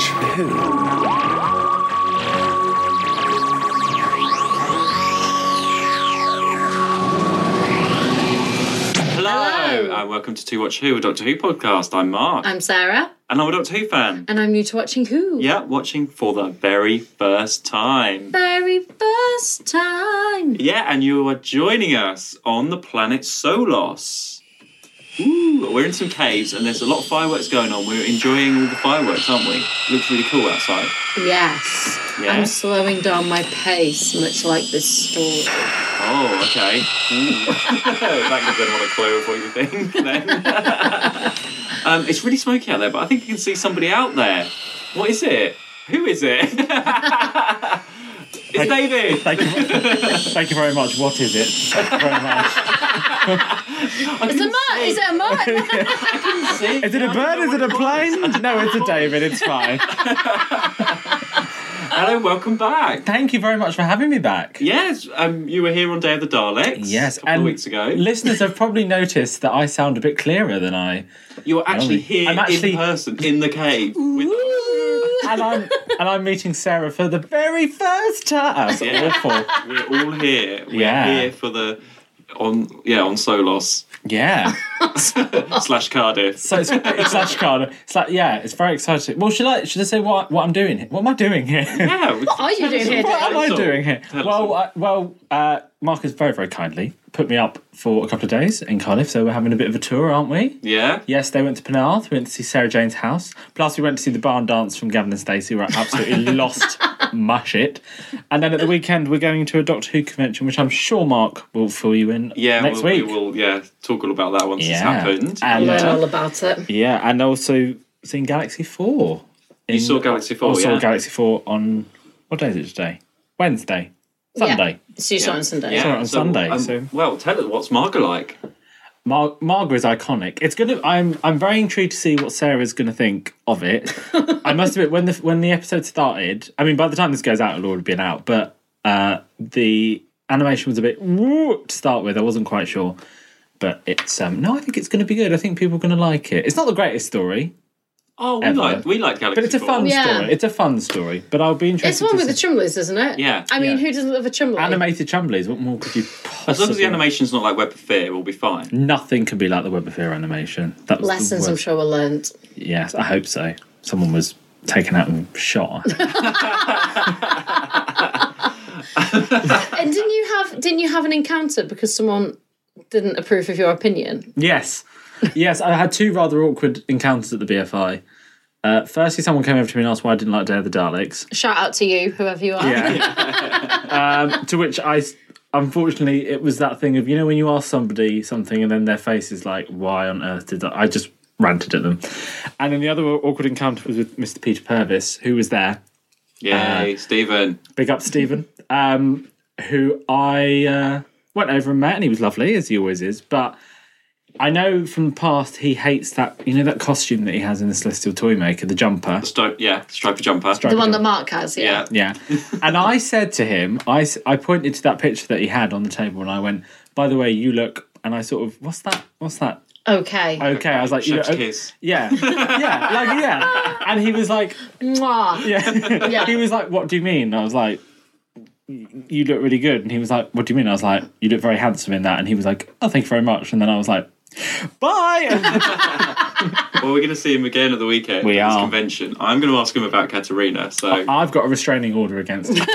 who? Hello. Hello. and welcome to To Watch Who, a Doctor Who podcast. I'm Mark, I'm Sarah, and I'm a Doctor Who fan. and I'm new to watching Who. Yeah, watching for the very first time. Very first time. Yeah, and you are joining us on the planet Solos. Ooh, we're in some caves, and there's a lot of fireworks going on. We're enjoying all the fireworks, aren't we? Looks really cool outside. Yes. Yeah. I'm slowing down my pace, much like this story. Oh, okay. Mm. that gives anyone a clue of what you think. Then. um, it's really smoky out there, but I think you can see somebody out there. What is it? Who is it? it's Hey. David. Thank you, thank you very much. What is it? Thank you very much. I It's a couldn't mutt. see. Is it a mutt? See? Is it a I don't bird? know Is it a what was. plane? No, it's a David. It's fine. Hello, welcome back. Thank you very much for having me back. Yes, um, you were here on Day of the Daleks. Yes, a couple of weeks ago. listeners have probably noticed that I sound a bit clearer than I, You were actually Lovely. here I'm actually- in person in the cave. With... and I'm and I'm meeting Sarah for the very first time. That's Yeah. awful. We're all here. We're Yeah. here for the on yeah on Solos Yeah. slash Cardiff. So it's, it's slash card. It's like yeah, it's very exciting. Well, should I should I say what what I'm doing? here? What am I doing here? Yeah. What are you doing here, What am I doing here? Tell well, us uh, well, uh, Marcus very very kindly put me up for a couple of days in Cardiff, so we're having a bit of a tour, aren't we? Yeah. Yes, they went to Penarth. We went to see Sarah Jane's house. Plus, we went to see the barn dance from Gavin and Stacey, where I absolutely lost my shit. And then at the weekend, we're going to a Doctor Who convention, which I'm sure Mark will fill you in Yeah. next we'll, week. We will. Yeah. Talk all about that once it's Yeah. happened. I And, learn uh, all about it. yeah, and also seeing Galaxy 4. you saw Galaxy Four. I saw Oh, yeah. Galaxy 4 on, what day is it today? Wednesday. Sunday. Yeah. See you Yeah. on Sunday. Yeah, um, Saw it on Sunday, so- Well, tell us what's Margot like. Mar- Margaret is iconic. It's gonna. I'm. I'm very intrigued to see what Sarah's gonna think of it. I must admit, when the when the episode started, I mean, by the time this goes out, it'll already been out. But uh, the animation was a bit woo to start with. I wasn't quite sure, but it's. Um, no, I think it's gonna be good. I think people are gonna like it. It's not the greatest story, Oh, we Ever. like we like Galaxy but it's a Four. fun Yeah. story. It's a fun story. But I'll be interested. It's one to with the see- Chumleys, isn't it? Yeah. I mean, Yeah. who doesn't love a Chumley? animated Chumblies. What more could you possibly? As long as the animation's not like Web of Fear, we'll be fine. Nothing can be like the Web of Fear animation. That was the Lessons I'm worst. sure were learnt. Yes, I hope so. Someone was taken out and shot. And didn't you have didn't you have an encounter because someone didn't approve of your opinion? yes, yes, I had two rather awkward encounters at the BFI. Uh, firstly, someone came over to me and asked why I didn't like Day of the Daleks. Shout out to you, whoever you are. Yeah. um, to which I, s- unfortunately, it was that thing of you know when you ask somebody something and then their face is like, why on earth did I? I just ranted at them. And then the other awkward encounter was with Mr. Peter Purvis, who was there. Yay, Stephen. Big up Stephen, um, who I uh, went over and met, and he was lovely as he always is. But I know from the past he hates that you know that costume that he has in the Celestial Toy Maker, the jumper. Stri- yeah, Striper Jumper. The one that Mark has, yeah. yeah. Yeah, and I said to him, I, s- I pointed to that picture that he had on the table, and I went, "By the way, you look." And I sort of, "What's that? What's that?" Okay. Okay, I was like, "You Chef's look, o- kiss. yeah, yeah, like yeah." And he was like, Mwah. yeah. Yeah. he was like, "What do you mean?" I was like, "You look really good." And he was like, "What do you mean?" I was like, "You look very handsome in that." And he was like, "Oh, thank you very much." And then I was like, "Bye." And- Well, we're going to see him again at the weekend. We at this are. Oh, convention. I'm going to ask him about Katerina. So I've got a restraining order against him.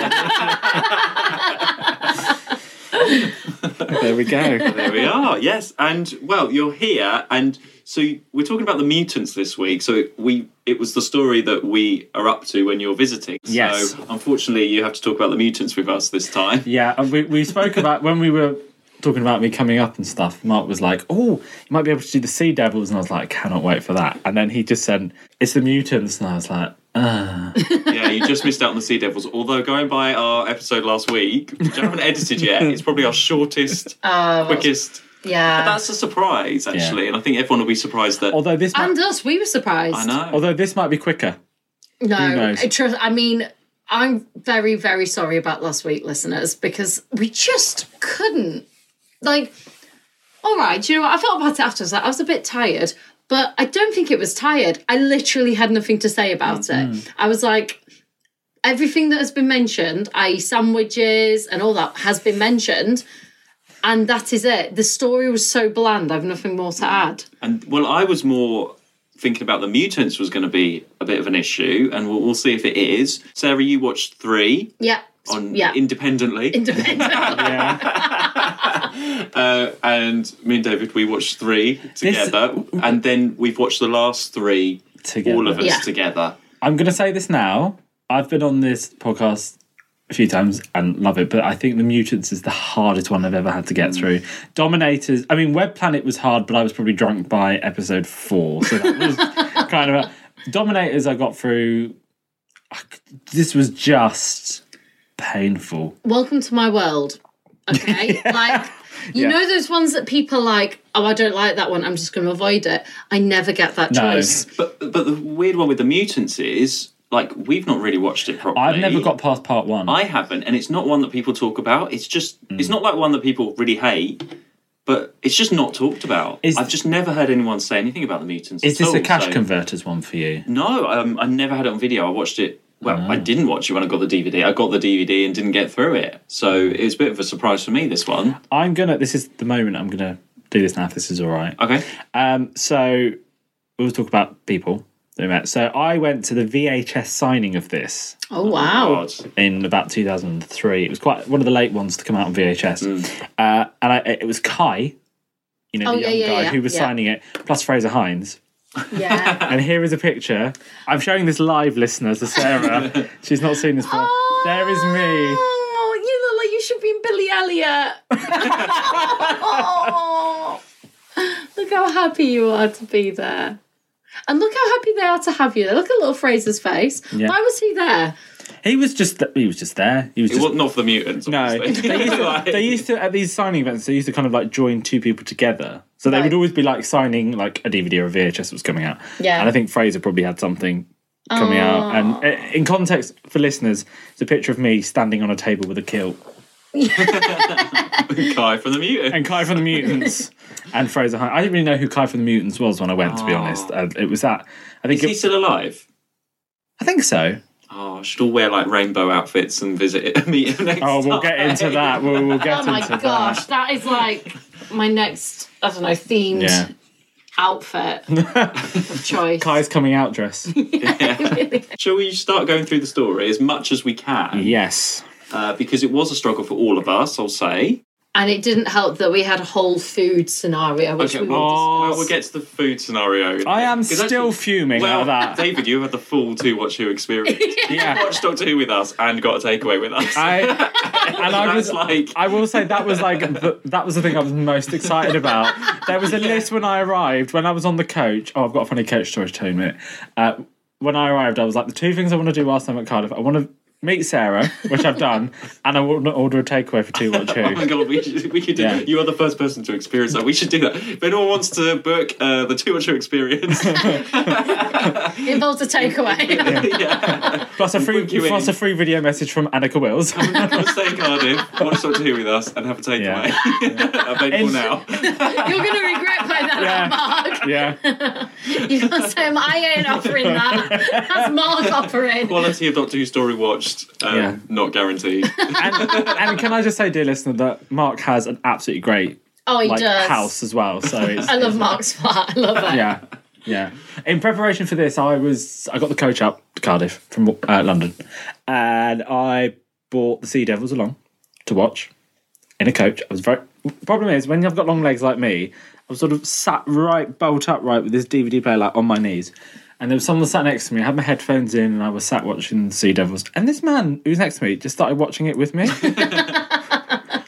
there we go. there we are. Yes, and well, you're here, and so we're talking about the mutants this week. So we it was the story that we are up to when you're visiting. Yes. So unfortunately, you have to talk about the mutants with us this time. Yeah, and we, we spoke about when we were talking about me coming up and stuff. Mark was like, "Oh, you might be able to do the Sea Devils," and I was like, "Cannot wait for that." And then he just said, "It's the mutants," and I was like, yeah, you just missed out on the Sea Devils. Although going by our episode last week, which I haven't edited yet, it's probably our shortest, quickest. Yeah. That's a surprise, actually, and I think everyone will be surprised that. "Although this, might, and us, we were surprised. I know. although this might be quicker." No, knows? I trust. I mean, I'm very, very sorry about last week, listeners, because we just couldn't. Like, all right, do you know what? I thought about it afterwards. Like, I was a bit tired, But I don't think it was tired. I literally had nothing to say about it. Mm-hmm. I was like, everything that has been mentioned, i.e., sandwiches and all that, has been mentioned. And that is it. The story was so bland, I've nothing more to add. And well, I was more thinking about the mutants was going to be a bit of an issue, and we'll, we'll see if it is. Sarah, you watched three Yeah. on yeah. independently, Independent. Yeah. uh, and me and David we watched three together, and then we've watched the last three Together. all of us Yeah. together. I'm going to say this now. I've been on this podcast a few times and love it, but I think The Mutants is the hardest one I've ever had to get through. Dominators, I mean, Web Planet was hard, but I was probably drunk by episode four. So that was kind of a. Dominators, I got through. I c- This was just painful. Welcome to my world. Okay. Like, you Yeah. know those ones that people are like, oh, I don't like that one. I'm just going to avoid it. I never get that No. choice. But but the weird one with the mutants is like we've not really watched it properly. I've never got past part one. I haven't, and it's not one that people talk about. It's just Mm. it's not like one that people really hate, but it's just not talked about. Is- I've just never heard anyone say anything about the mutants. is at this a all, cash so- converters one for you? No, um, I never had it on video. I watched it. Well, I Mm. didn't watch it when I got the DVD. I got the DVD and didn't get through it, so it was a bit of a surprise for me. This one, I'm going to. This is the moment I'm going to do this now if this is all right. okay. Um, so we'll talk about people that we met. So I went to the VHS signing of this Oh, wow. God. in about 2003. It was quite one of the late ones to come out on VHS, uh, and I, it was Kai, you know, Oh, the yeah, young yeah, guy yeah, who was yeah. signing it, plus Fraser Hines. Yeah. And here is a picture. I'm showing this live, listeners, to Sarah. She's not seen this before. There is me. Oh, you look like you should be in Billy Elliot. oh, look how happy you are to be there. And look how happy they are to have you there. Look at little Fraser's face. Yeah. Why was he there? He was just he was just there. He was It just was not for the mutants. No, they used, obviously. to, Like- they used to at these signing events. They used to kind of like join two people together, so they Right. would always be like signing like a DVD or a VHS that was coming out. Yeah. and I think Fraser probably had something coming out. And uh, in context for listeners, it's a picture of me standing on a table with a kilt, Kai from the mutants. and Kai from the Mutants, and Fraser. Hunt. I didn't really know who Kai from the Mutants was when I went. To be Oh. honest, uh, it was that. I think. Is he It, still alive? I think so. Oh, I should all wear like rainbow outfits and visit a meet him next Oh, we'll time. get into that. We'll, we'll get Oh my into gosh, that is like my next, I don't know, themed that. outfit Yeah, of choice. Kai's coming out dress. Shall we start going through the story as much as we can? yes. Uh, because it was a struggle for all of us, I'll say. And it didn't help that we had a whole food scenario, which Okay, we will oh, well, discuss. we'll get to the food scenario. I am 'Cause still actually- fuming well, about that. David, you had the full two watch who experience. Yeah. Watched Doctor Who with us and got a takeaway with us. I and I That's was like- I will say that was like the, that was the thing I was most excited about. There was a list when I arrived when I was on the coach. Oh, I've got a funny coach story to tell you in a minute. Uh, when I arrived, I was like the two things I want to do whilst I'm at Cardiff. I want to meet Sarah, which I've done, and I want to order a takeaway for two watch Oh my who. god, we should, we could do. Yeah. You are the first person to experience that. We should do that. If anyone wants to book uh, the two watch who experience, It involves a takeaway. yeah. Plus a free Book you in. Oh, plus a free video message from Annika Wills. Come stay in Cardiff, watch Doctor Who with us, and have a takeaway. Available And- now. You're going to regret by that, Yeah. Mark. yeah, You can't say "Um, I ain't offering that. That's Mark offering. Quality of Doctor Who story watched, um, Yeah. not guaranteed. and, and can I just say, dear listener, that Mark has an absolutely great Oh, he like does. house as well. So it's, I love Mark's part. I love it. yeah yeah in preparation for this i was i got the coach up to cardiff from uh, london and i brought the sea devils along to watch in a coach i was very problem is when i've got long legs like me i'm sort of sat right bolt upright with this dvd player like on my knees and there was someone sat next to me. I had my headphones in and I was sat watching Sea Devils. And this man who's next to me just started watching it with me.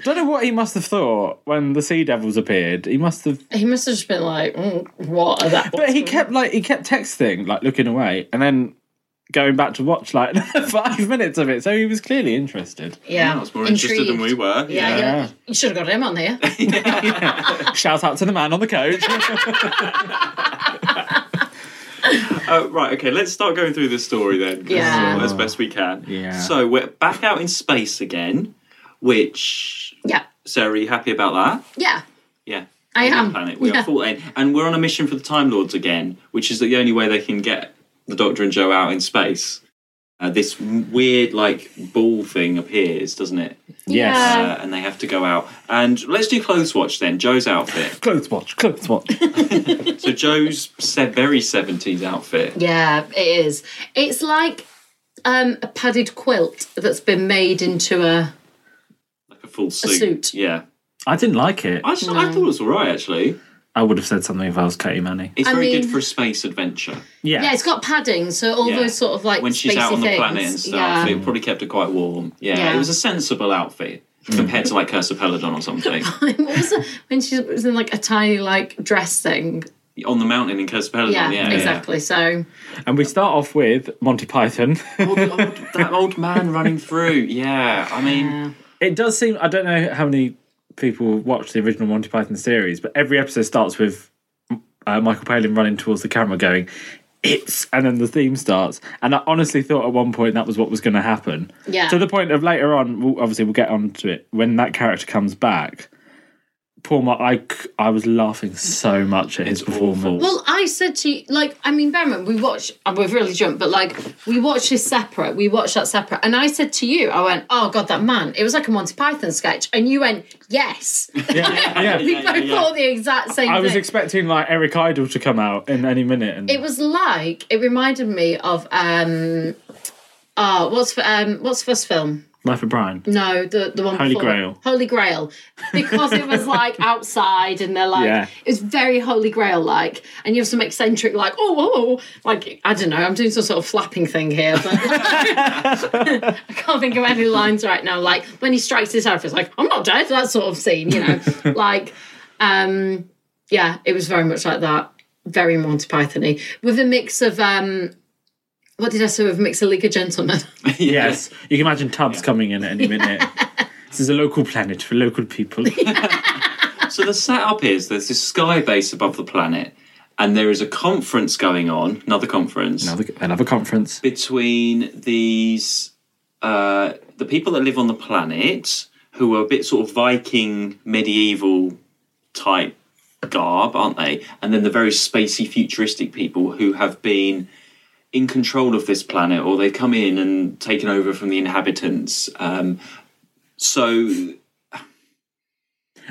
Don't know what he must have thought when the Sea Devils appeared. He must have He must have just been like, mm, what are that? but he kept like he kept texting, like looking away, and then going back to watch like five minutes of it. So he was clearly interested. yeah. I was more interested than we Intrigued. were. Yeah, Yeah. yeah. You should have got him on here. Shout out to the man on the coach. Uh, right, okay, let's start going through this story then. 'cause, Yeah. uh, As best we can. Yeah. So we're back out in space again, which, Yeah. Sarah, are you happy about that? Yeah. Yeah. I am. planet. We Yeah. are 14. And we're on a mission for the Time Lords again, which is the only way they can get the Doctor and Joe out in space. Uh, this weird, like, ball thing appears, doesn't it? Yes. Yeah. Uh, and they have to go out. And let's do clothes watch then. Joe's outfit. Clothes watch, clothes watch. so Joe's se- very 70s outfit. Yeah, it is. It's like um, a padded quilt that's been made into a. Like a full suit. suit. Yeah. I didn't like it. I, s- I thought it was all right, actually. I would have said something if I was Katie Manny. It's I very mean- good for a space adventure. Yeah. Yeah, it's got padding, so all Yeah. those sort of like When she's out spacey on the things. planet and stuff, Yeah. it probably kept her quite warm. Yeah, Yeah. it was a sensible outfit compared to like Curse of Peladon or something. what was it when she was in like a tiny like dress thing? on the mountain in Curse of Peladon. Yeah, Yeah, yeah. exactly. So And we start off with Monty Python. Old- old- that old man running through. Yeah, I mean, it does seem, I don't know how many people watch the original Monty Python series, but every episode starts with uh, Michael Palin running towards the camera going, it's, and then the theme starts. And I honestly thought at one point that was what was going to happen. yeah, To the point of later on, we'll, obviously we'll get on to it, when that character comes back, poor Mark, I, c- I was laughing so much at his It's performance. awful. Well, I said to you, like, I mean, Berman, we watched, and we've really jumped, but like, we watched this separate, we watched that separate. And I said to you, I went, oh, God, that man, it was like a Monty Python sketch. And you went, yes. Yeah, yeah. we yeah, both yeah. thought the exact same I was thing. expecting like Eric Idle to come out in any minute, and it was like, it reminded me of, um, oh, what's for, um, what's first film? Life of Brian. No, the, the one Holy before. Grail. Holy Grail. Because it was like outside and they're like, Yeah. it was very Holy Grail like. And you have some eccentric, like, oh, oh, oh, like, I don't know, I'm doing some sort of flapping thing here, but I can't think of any lines right now. Like, when he strikes his arrow, it's like, I'm not dead, that sort of scene, you know. like, um, yeah, it was very much like that. Very Monty Python y. With a mix of, um, what did I say? With a mix of League of Gentlemen. Yes, you can imagine Tubbs coming in at any minute. this is a local planet for local people. So the setup is there's this sky base above the planet, and there is a conference going on, another conference another, another conference. between these uh, the people that live on the planet who are a bit sort of Viking medieval type garb, aren't they? And then the very spacey futuristic people who have been in control of this planet or they've come in and taken over from the inhabitants. Um, so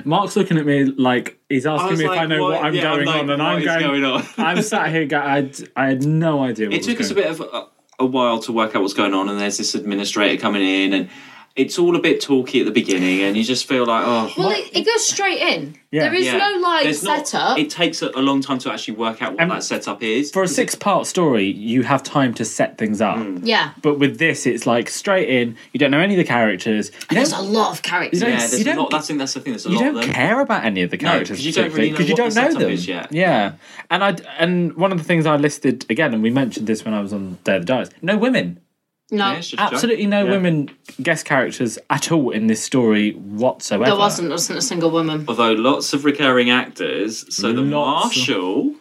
Mark's looking at me like he's asking me if I know what, I'm yeah, going like, on, and what I'm is going. on? I'm sat here. go- I'd, I had no idea. What it took was us a going- bit of a, a while to work out what's going on, and there's this administrator coming in, and it's all a bit talky at the beginning, and you just feel like, oh, Well, what? it, it goes straight in. Yeah. There is Yeah. no like There's not- setup. It takes a, a long time to actually work out what that setup is. For a six-part story, you have time to set things up. Mm. yeah. But with this, it's like straight in. You don't know any of the characters. You There's don't, a lot of characters. You yeah, don't- there's you a don't- lot. That's, the- that's the thing. There's a you lot of don't them. care about any of the characters 'cause you don't particularly, really know 'cause you what don't know the setup them. is yet. Yeah, and I and one of the things I listed again, and we mentioned this when I was on Day of the Dies. No women, No, Yeah, it's just junk. absolutely no Yeah. women guest characters at all in this story whatsoever. there wasn't. There wasn't a single woman. Although lots of recurring actors. So Lots the of- marshal.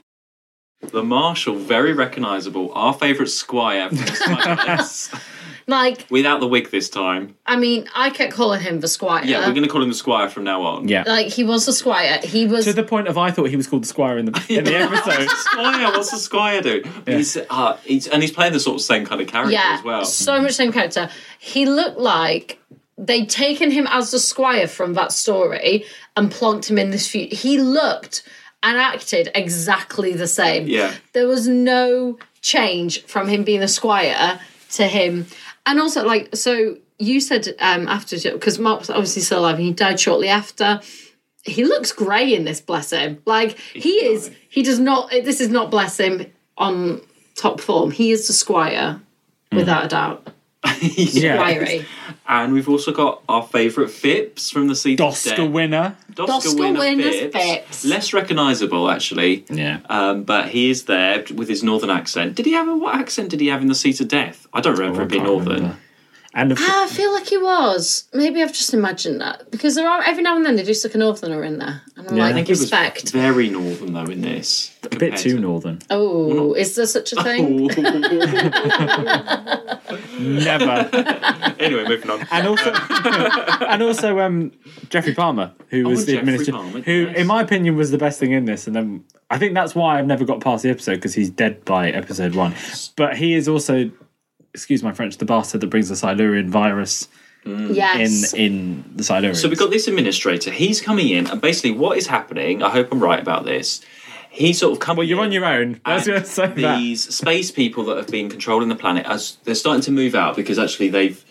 The Marshal, very recognisable, our favourite squire from Smuggler's. Like, without the wig this time. I mean, I kept calling him the Squire. Yeah, we're going to call him the squire from now on. Yeah, Like, he was the Squire. He was. to the point of I thought he was called the Squire in the in the episode. Squire, what's the Squire do? He's, uh, he's and he's playing the sort of same kind of character yeah, as well. so much same character. He looked like they'd taken him as the Squire from that story and plonked him in this few. He looked and acted exactly the same. Yeah. there was no change from him being a squire to him and also like so you said um after because mark was obviously still alive and he died shortly after he looks grey in this bless him like he is he does not this is not bless him on top form he is the squire Hmm. without a doubt Yeah, Wiry. And we've also got our favourite Phipps from the Sea to Oscar Death. winner. Doska Winner's Phipps. Less recognisable, actually. Yeah, Um, but he is Oh, there with his northern accent. Did he have a, what accent did he have in the Sea to Death? I don't remember it being northern. And of I feel like he was. Maybe I've just imagined that because there are every now and then they do stick an northerner in there, and I'm Yeah. I like think he was respect. very northern though in this. a bit too northern. Oh, is there such a thing? Never. anyway, moving on. and also, and also, um, Jeffrey Palmer, who was the Jeffrey administrator, Palmer, who, yes. in my opinion, was the best thing in this. And then I think that's why I've never got past the episode because he's dead by episode one. But he is also, excuse my French, the bastard that brings the Silurian virus in yes. in the Silurians. So we've got this administrator. He's coming in, and basically, what is happening? I hope I'm right about this. He sort of come. Well, You're on your own. That's and what I'm saying. that. these space people that have been controlling the planet as they're starting to move out because actually they've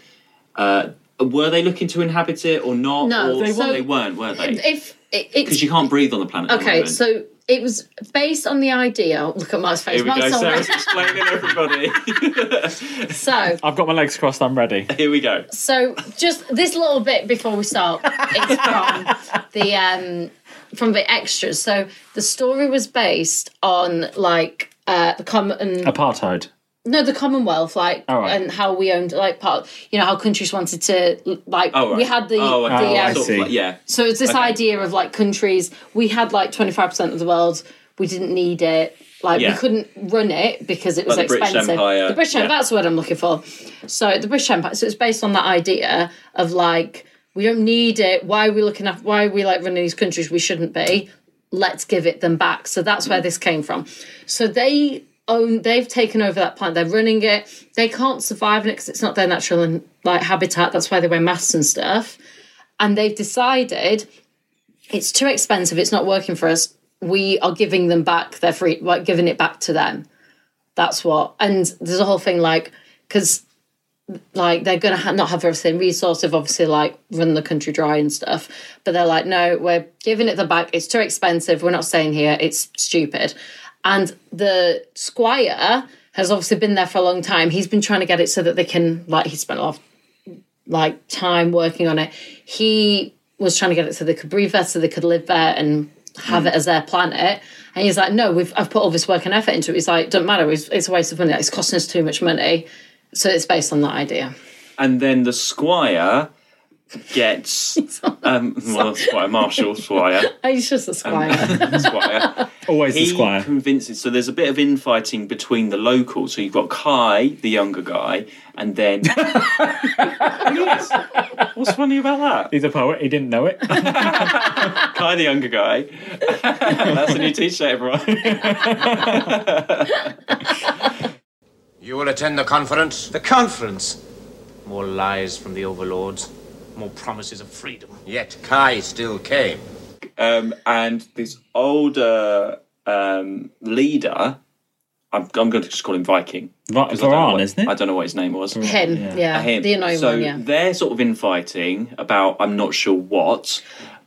uh, were they looking to inhabit it or not? No, or They weren't. they weren't, were they? if it, Because it's you can't breathe on the planet. at the okay, moment. so it was based on the idea. Look at Mark's face. here we Mark's go. all Sarah's right. explaining everybody. So, I've got my legs crossed. I'm ready. here we go. so just this little bit before we start, it's from the um, from the extras. So the story was based on like uh, the common Oh. Apartheid. No, the Commonwealth, like, All right. and how we owned, like, part, you know, how countries wanted to, like, Oh, right. we had the, oh, okay. the, I um, Sort of see. like- yeah. so it's this Okay. idea of like countries. We had like twenty five percent of the world. We didn't need it. Like Yeah. we couldn't run it because it was Like the British expensive. Empire, The British Empire. yeah. That's the word I'm looking for. So the British Empire. So it's based on that idea of like we don't need it. Why are we looking at? Why are we like running these countries? We shouldn't be. Let's give it them back. So that's where this came from. So they own. They've taken over that planet. They're running it. They can't survive in it because it's not their natural like habitat. That's why they wear masks and stuff and they've decided it's too expensive it's not working for us we are giving them back their free like giving it back to them that's what and there's a whole thing like because like they're gonna ha- not have everything resource of obviously like run the country dry and stuff but they're like no we're giving it the back it's too expensive we're not staying here it's stupid and the squire has obviously been there for a long time he's been trying to get it so that they can like he spent a lot of like time working on it. He was trying to get it so they could breathe there, so they could live there and have it as their planet. And he's like, no, we've I've put all this work and effort into it. He's like, don't matter, it's, it's a waste of money. It's costing us too much money. So it's based on that idea. And then the squire gets um well squire Marshall squire Oh, He's just a Um, squire. squire Always the he squire. convinces. So there's a bit of infighting between the locals. So you've got Kai, the younger guy, and then. Yes. What's funny about that? He's a poet. He didn't know it. Kai, the younger guy. That's a new T-shirt, everyone. You will attend the conference? The conference. More lies from the overlords. More promises of freedom. Yet Kai still came. Um, and this older um, leader, I'm, I'm going to just call him Viking. Va- 'cause I don't know Varan, what- isn't it? I don't know what his name was. him, Yeah. yeah. him. The annoying so one, yeah. they're sort of infighting about I'm not sure what.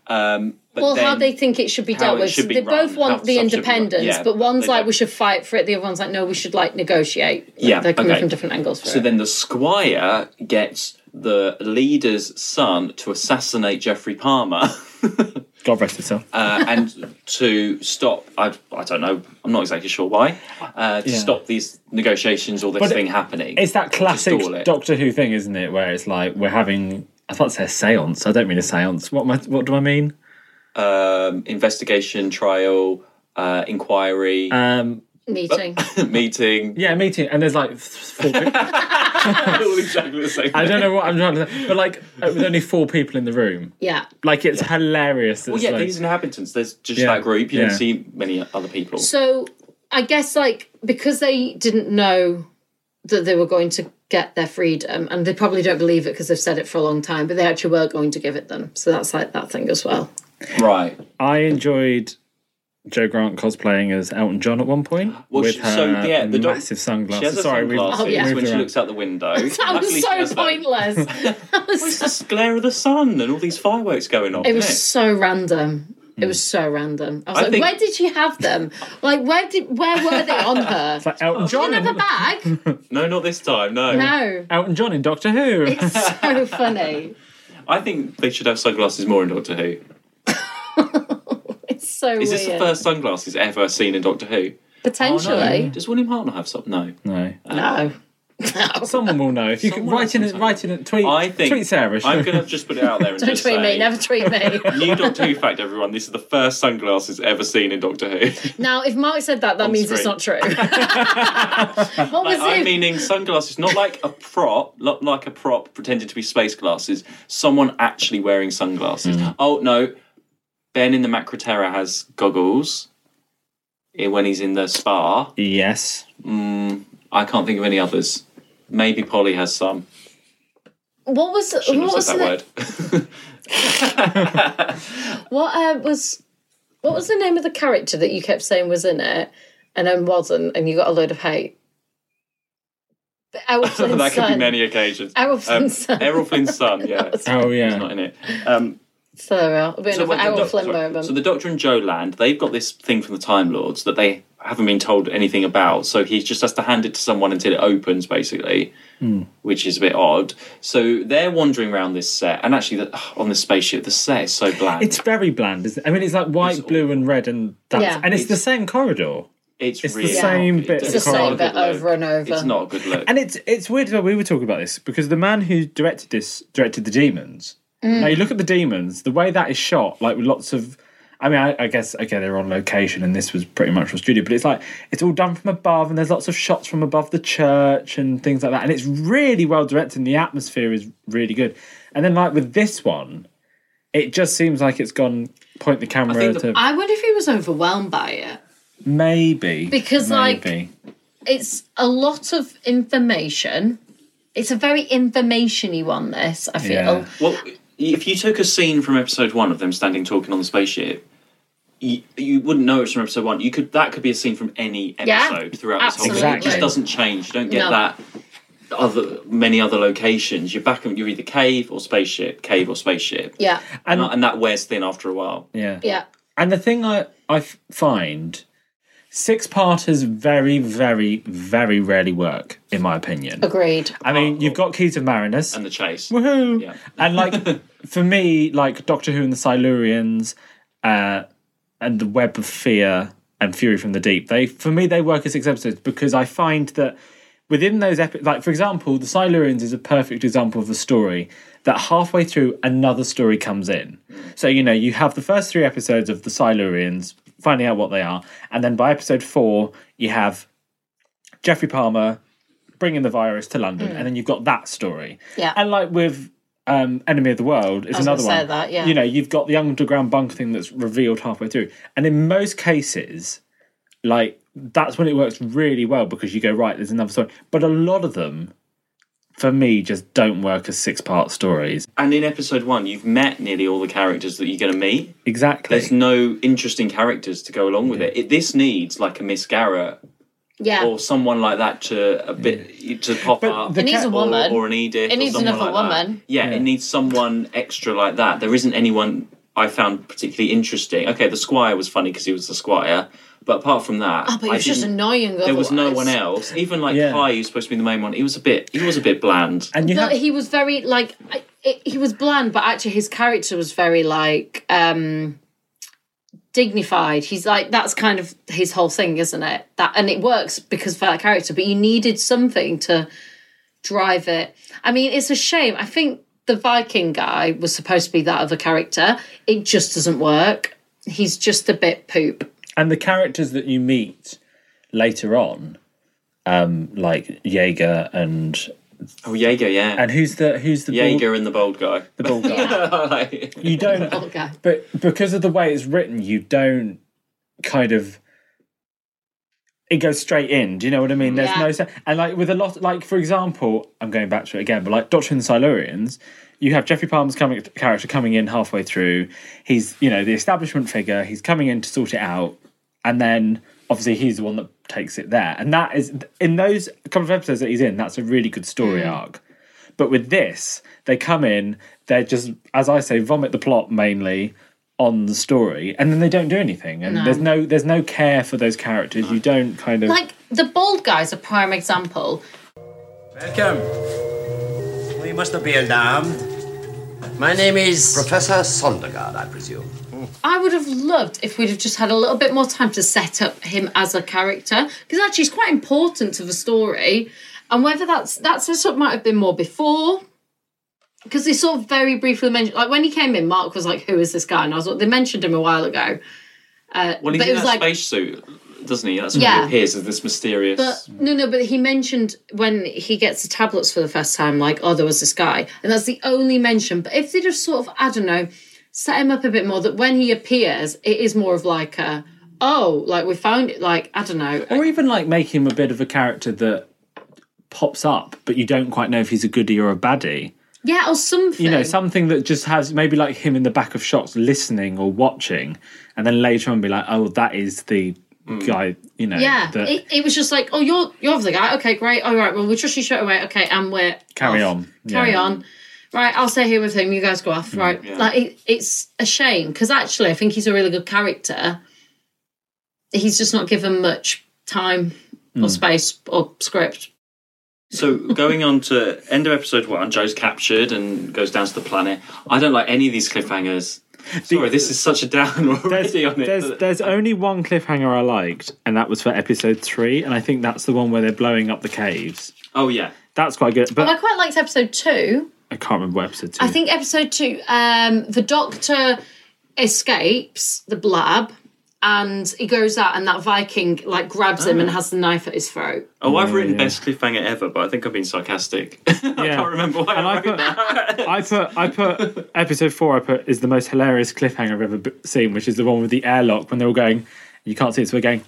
Um, but Well, how then- they think it should be how dealt it with. should be they run, both how want the stuff should be run. independence, Yeah, but one's they like, don't. we should fight for it. The other one's like, no, we should like negotiate. Like, Yeah, They're coming okay. from different angles for So it. then the squire gets the leader's son to assassinate Jeffrey Palmer God rest his soul. uh, and to stop, I, I don't know, I'm not exactly sure why, uh, to Yeah. stop these negotiations or this But it- thing happening. It's that classic stall it. Doctor Who thing, isn't it? Where it's like we're having. I thought it said séance. I don't mean a séance. What am I, What do I mean? um, investigation, trial, uh, inquiry, Um, Meeting. meeting, yeah, me too. And there's like four. People. all exactly the same. I don't know what I'm trying to say, but like with only four people in the room, yeah. like it's hilarious. that Well, it's yeah, like- these inhabitants, there's just Yeah, that group, you yeah. don't see many other people. So I guess like because they didn't know that they were going to get their freedom, and they probably don't believe it because they've said it for a long time, but they actually were going to give it them. So that's like that thing as well. right. I enjoyed Joe Grant cosplaying as Elton John at one point Well, with she- her so, yeah, the doc- massive She has sunglasses. her Sorry, we've sunglasses Oh, yeah. moved when she around. looks out the window. That was so pointless. that was It's the glare of the sun and all these fireworks going off. it was so random. It was so random. I Hmm. was I like, think- where did she have them? Like, where did where were they on her? Like Elton John, In in, another bag? No, not this time. No. No. Elton John in Doctor Who. It's so funny. I think they should have sunglasses more in Doctor Who. It's so Is weird. this the first sunglasses ever seen in Doctor Who? Oh, Potentially. Does William Hartnell have some? Oh, No. no, no. Someone will know. If you can Someone write in, will a, know. write in, a tweet, I think tweet Sarah. I'm gonna just put it out there and Don't just tweet say, me, never tweet me. New Doctor Who fact, everyone. This is the first sunglasses ever seen in Doctor Who. now, if Mark said that, that On means it's screen. not true. what was Like, I'm it? meaning sunglasses, not like a prop, not like a prop pretending to be space glasses. Someone actually wearing sunglasses. Oh no, Ben in the Macroterra has goggles eh, when he's in the spa. yes. I can't think of any others. Maybe Polly has some. What was? Shouldn't what have was said the? that word. What uh, was? What was the name of the character that you kept saying was in it, and then wasn't, and you got a load of hate? Errol Flynn's that could be son. many occasions. Um, Errol Flynn's son. Errol Flynn's son, yeah. Oh yeah. Not in it. So, uh, a bit of when an the Errol doc- Flynn sorry. moment. So the Doctor and Joe land. They've got this thing from the Time Lords that they haven't been told anything about. So he just has to hand it to someone until it opens, basically, Hmm. which is a bit odd. So they're wandering around this set, and actually the, on this spaceship, the set is so bland. It's very bland. Isn't it? I mean, it's like white, It's- blue, and red, and that's Yeah. and it's, the same corridor. It's, it's the really same not- it- bit of It's the not a same bit good look. over and over. It's not a good look. And it's it's weird that we were talking about this because the man who directed this directed the demons. Now you look at the demons, the way that is shot, like with lots of. I mean, I, I guess okay, they're on location, and this was pretty much a studio, but it's like it's all done from above, and there's lots of shots from above the church and things like that, and it's really well directed, and the atmosphere is really good. And then like with this one, it just seems like it's gone point the camera think the- to I wonder if he was overwhelmed by it. maybe Because, like, maybe. it's a lot of information. It's a very information-y one. This I feel. Yeah. Well, if you took a scene from episode one of them standing talking on the spaceship, you, you wouldn't know it's from episode one. You could that could be a scene from any episode Yeah, throughout absolutely. this whole thing. It Exactly. just doesn't change. You don't get No. that other many other locations. You're back in you're either cave or spaceship, cave or spaceship. Yeah, And, and that wears thin after a while. yeah, yeah. And the thing I, I f- find six parters very, very, very rarely work, in my opinion. Agreed. I mean, you've got Keys of Marinus. And the chase. Woohoo! Yeah. And like, for me, like Doctor Who and the Silurians uh, and the Web of Fear and Fury from the Deep, they, for me, they work as six episodes because I find that within those episodes, like, for example, the Silurians is a perfect example of a story that halfway through another story comes in. So, you know, you have the first three episodes of the Silurians finding out what they are, and then by episode four, you have Jeffrey Palmer bringing the virus to London, and then you've got that story. Yeah. And like with um, Enemy of the World is was another gonna one. say that, yeah. You know, you've got the underground bunker thing that's revealed halfway through, and in most cases, like that's when it works really well because you go right. There's another story, but a lot of them, for me, just don't work as six part stories. And in episode one, you've met nearly all the characters that you're going to meet. Exactly. There's no interesting characters to go along with it. it. This needs like a Miss Garrett Yeah. or someone like that to a bit to pop But up. the It needs ca- a woman. or, or an Edith. It needs or someone another like that. woman. Yeah, it needs someone extra like that. There isn't anyone I found particularly interesting. Okay, the squire was funny because he was the squire, but apart from that, Oh, but it I was just didn't- annoying. There was no one otherwise. else. Even like Yeah. Kai, who's supposed to be the main one, he was a bit. He was a bit bland. and you No, have he was very like I- it, he was bland, but actually his character was very like um dignified. He's like that's kind of his whole thing, isn't it? That and it works because for that character, but you needed something to drive it. I mean, it's a shame. I think the Viking guy was supposed to be that other character. It just doesn't work. He's just a bit poop. and the characters that you meet later on, um, like Jaeger and Oh, Jaeger, yeah, and who's the who's the bald- Jaeger and the bold guy. the bald guy. Like, you don't Okay. but because of the way it's written you don't kind of it goes straight in do you know what i mean there's Yeah. no se- and like with a lot like for example i'm going back to it again but like doctor and the silurians you have jeffrey palmer's coming, character coming in halfway through he's you know the establishment figure he's coming in to sort it out and then obviously he's the one that takes it there and that is in those couple of episodes that he's in that's a really good story arc but with this, they come in, they just, as I say, vomit the plot mainly on the story, and then they don't do anything. And there's no there's no care for those characters. You don't kind of Like the bald guy's a prime example. Welcome. We mustn't be alarmed. My name is Professor Sondergaard, I presume. I would have loved if we'd have just had a little bit more time to set up him as a character because actually he's quite important to the story. And whether that's that's this what might have been more before. Because they sort of very briefly mentioned, like when he came in, Mark was like, "Who is this guy?" And I was like, "They mentioned him a while ago." Uh, Well, he's but it in was that like, space suit, doesn't he? That's when Yeah. he appears as this mysterious. But no, no. But he mentioned when he gets the tablets for the first time, like, oh, there was this guy, and that's the only mention. But if they just sort of, I don't know, set him up a bit more, that when he appears, it is more of like a, oh, like we found it, like I don't know, Or even like make him a bit of a character that pops up, but you don't quite know if he's a goodie or a baddie. yeah, or something. You know, something that just has maybe like him in the back of shots listening or watching, and then later on be like, oh, that is the Hmm. guy, you know, yeah, that it, it was just like, oh, you're you're the guy. Okay, great. All right, well, we trust you straight away. Okay, and we're carry off. on. carry Yeah. Mm, on. Right, I'll stay here with him. You guys go off. Right, Yeah. like it, it's a shame because actually, I think he's a really good character. He's just not given much time or Mm. space or script. So going on to end of episode one, Joe's captured and goes down to the planet. I don't like any of these cliffhangers. Sorry, this is such a down There's, already on it. there's, there's only one cliffhanger I liked, and that was for episode three, and I think that's the one where they're blowing up the caves. oh yeah, That's quite good, Well, I but Mm. quite liked episode two. I can't remember what episode two. I think episode two, um, the Doctor escapes the lab, and he goes out, and that Viking like grabs him and Ah. has the knife at his throat. Oh, I've written best cliffhanger ever, but I think I've been sarcastic. I Yeah. can't remember why And I I wrote put- that. I put I put episode four. I put is the most hilarious cliffhanger I've ever b- seen, which is the one with the airlock when they're all going. You can't see it, so we're going.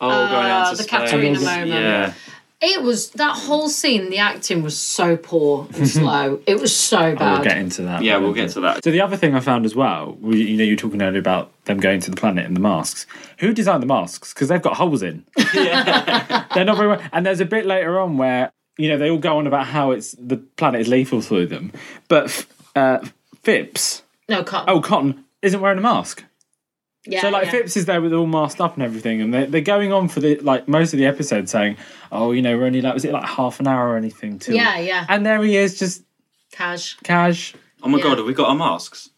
Oh, going out to Ah, the space. Katerina moment. Yeah. It was that whole scene. The acting was so poor Mm-hmm. and slow. It was so Oh, bad. we'll get into that. Yeah, we'll get to that. So the other thing I found as well, we- you know, you were talking earlier about them going to the planet and the masks. Who designed the masks? Because they've got holes in. They're not very well. And there's a bit later on where you know they all go on about how it's the planet is lethal through them, but uh, Phipps, No, can't. oh Cotton, isn't wearing a mask. yeah, So like Oh, yeah. Phipps is there with all masked up and everything, and they're, they're going on for the like most of the episode saying, "Oh, you know, we're only like was it like half an hour or anything?" Till Yeah, yeah. And there he is, just Cash. cash. Oh my Yeah. god, have we got our masks?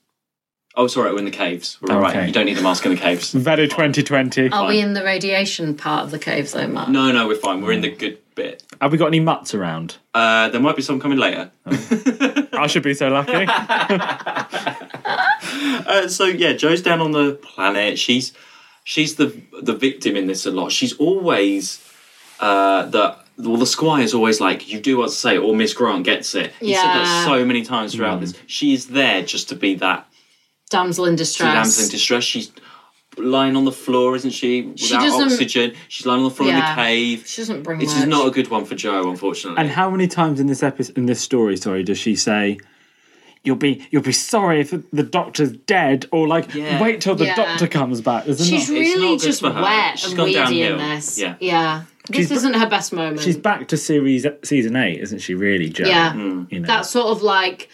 Oh, sorry, we're in the caves. We're all right. Okay. You don't need the mask in the caves. Vado twenty twenty. Are we in the radiation part of the cave though, Mark? No, no, we're fine. We're in the good bit. Have we got any mutts around? Uh, there might be some coming later. I should be so lucky. Uh, so yeah, Joe's down on the planet. She's she's the the victim in this a lot. She's always uh, the well, the squire's always like, "You do what I say," or Miss Grant gets it. He said that Yeah. so many times throughout this. Mm-hmm. She is there just to be that Damsel in distress. damsel in distress. She's lying on the floor, isn't she? Without doesn't- oxygen, she's lying on the floor Yeah. in the cave. She doesn't bring This much. is not a good one for Joe, unfortunately. and how many times in this episode, in this story, sorry, does she say? You'll be you'll be sorry if the doctor's dead, or like Yeah. wait till the Yeah. doctor comes back. There's a She's lot- It's really not good just for her. wet She's and gone weedy in downhill. this. Yeah. This isn't her best moment. she's back to series season eight, isn't she? Really, Joe? Mm. Yeah. You know? that sort of like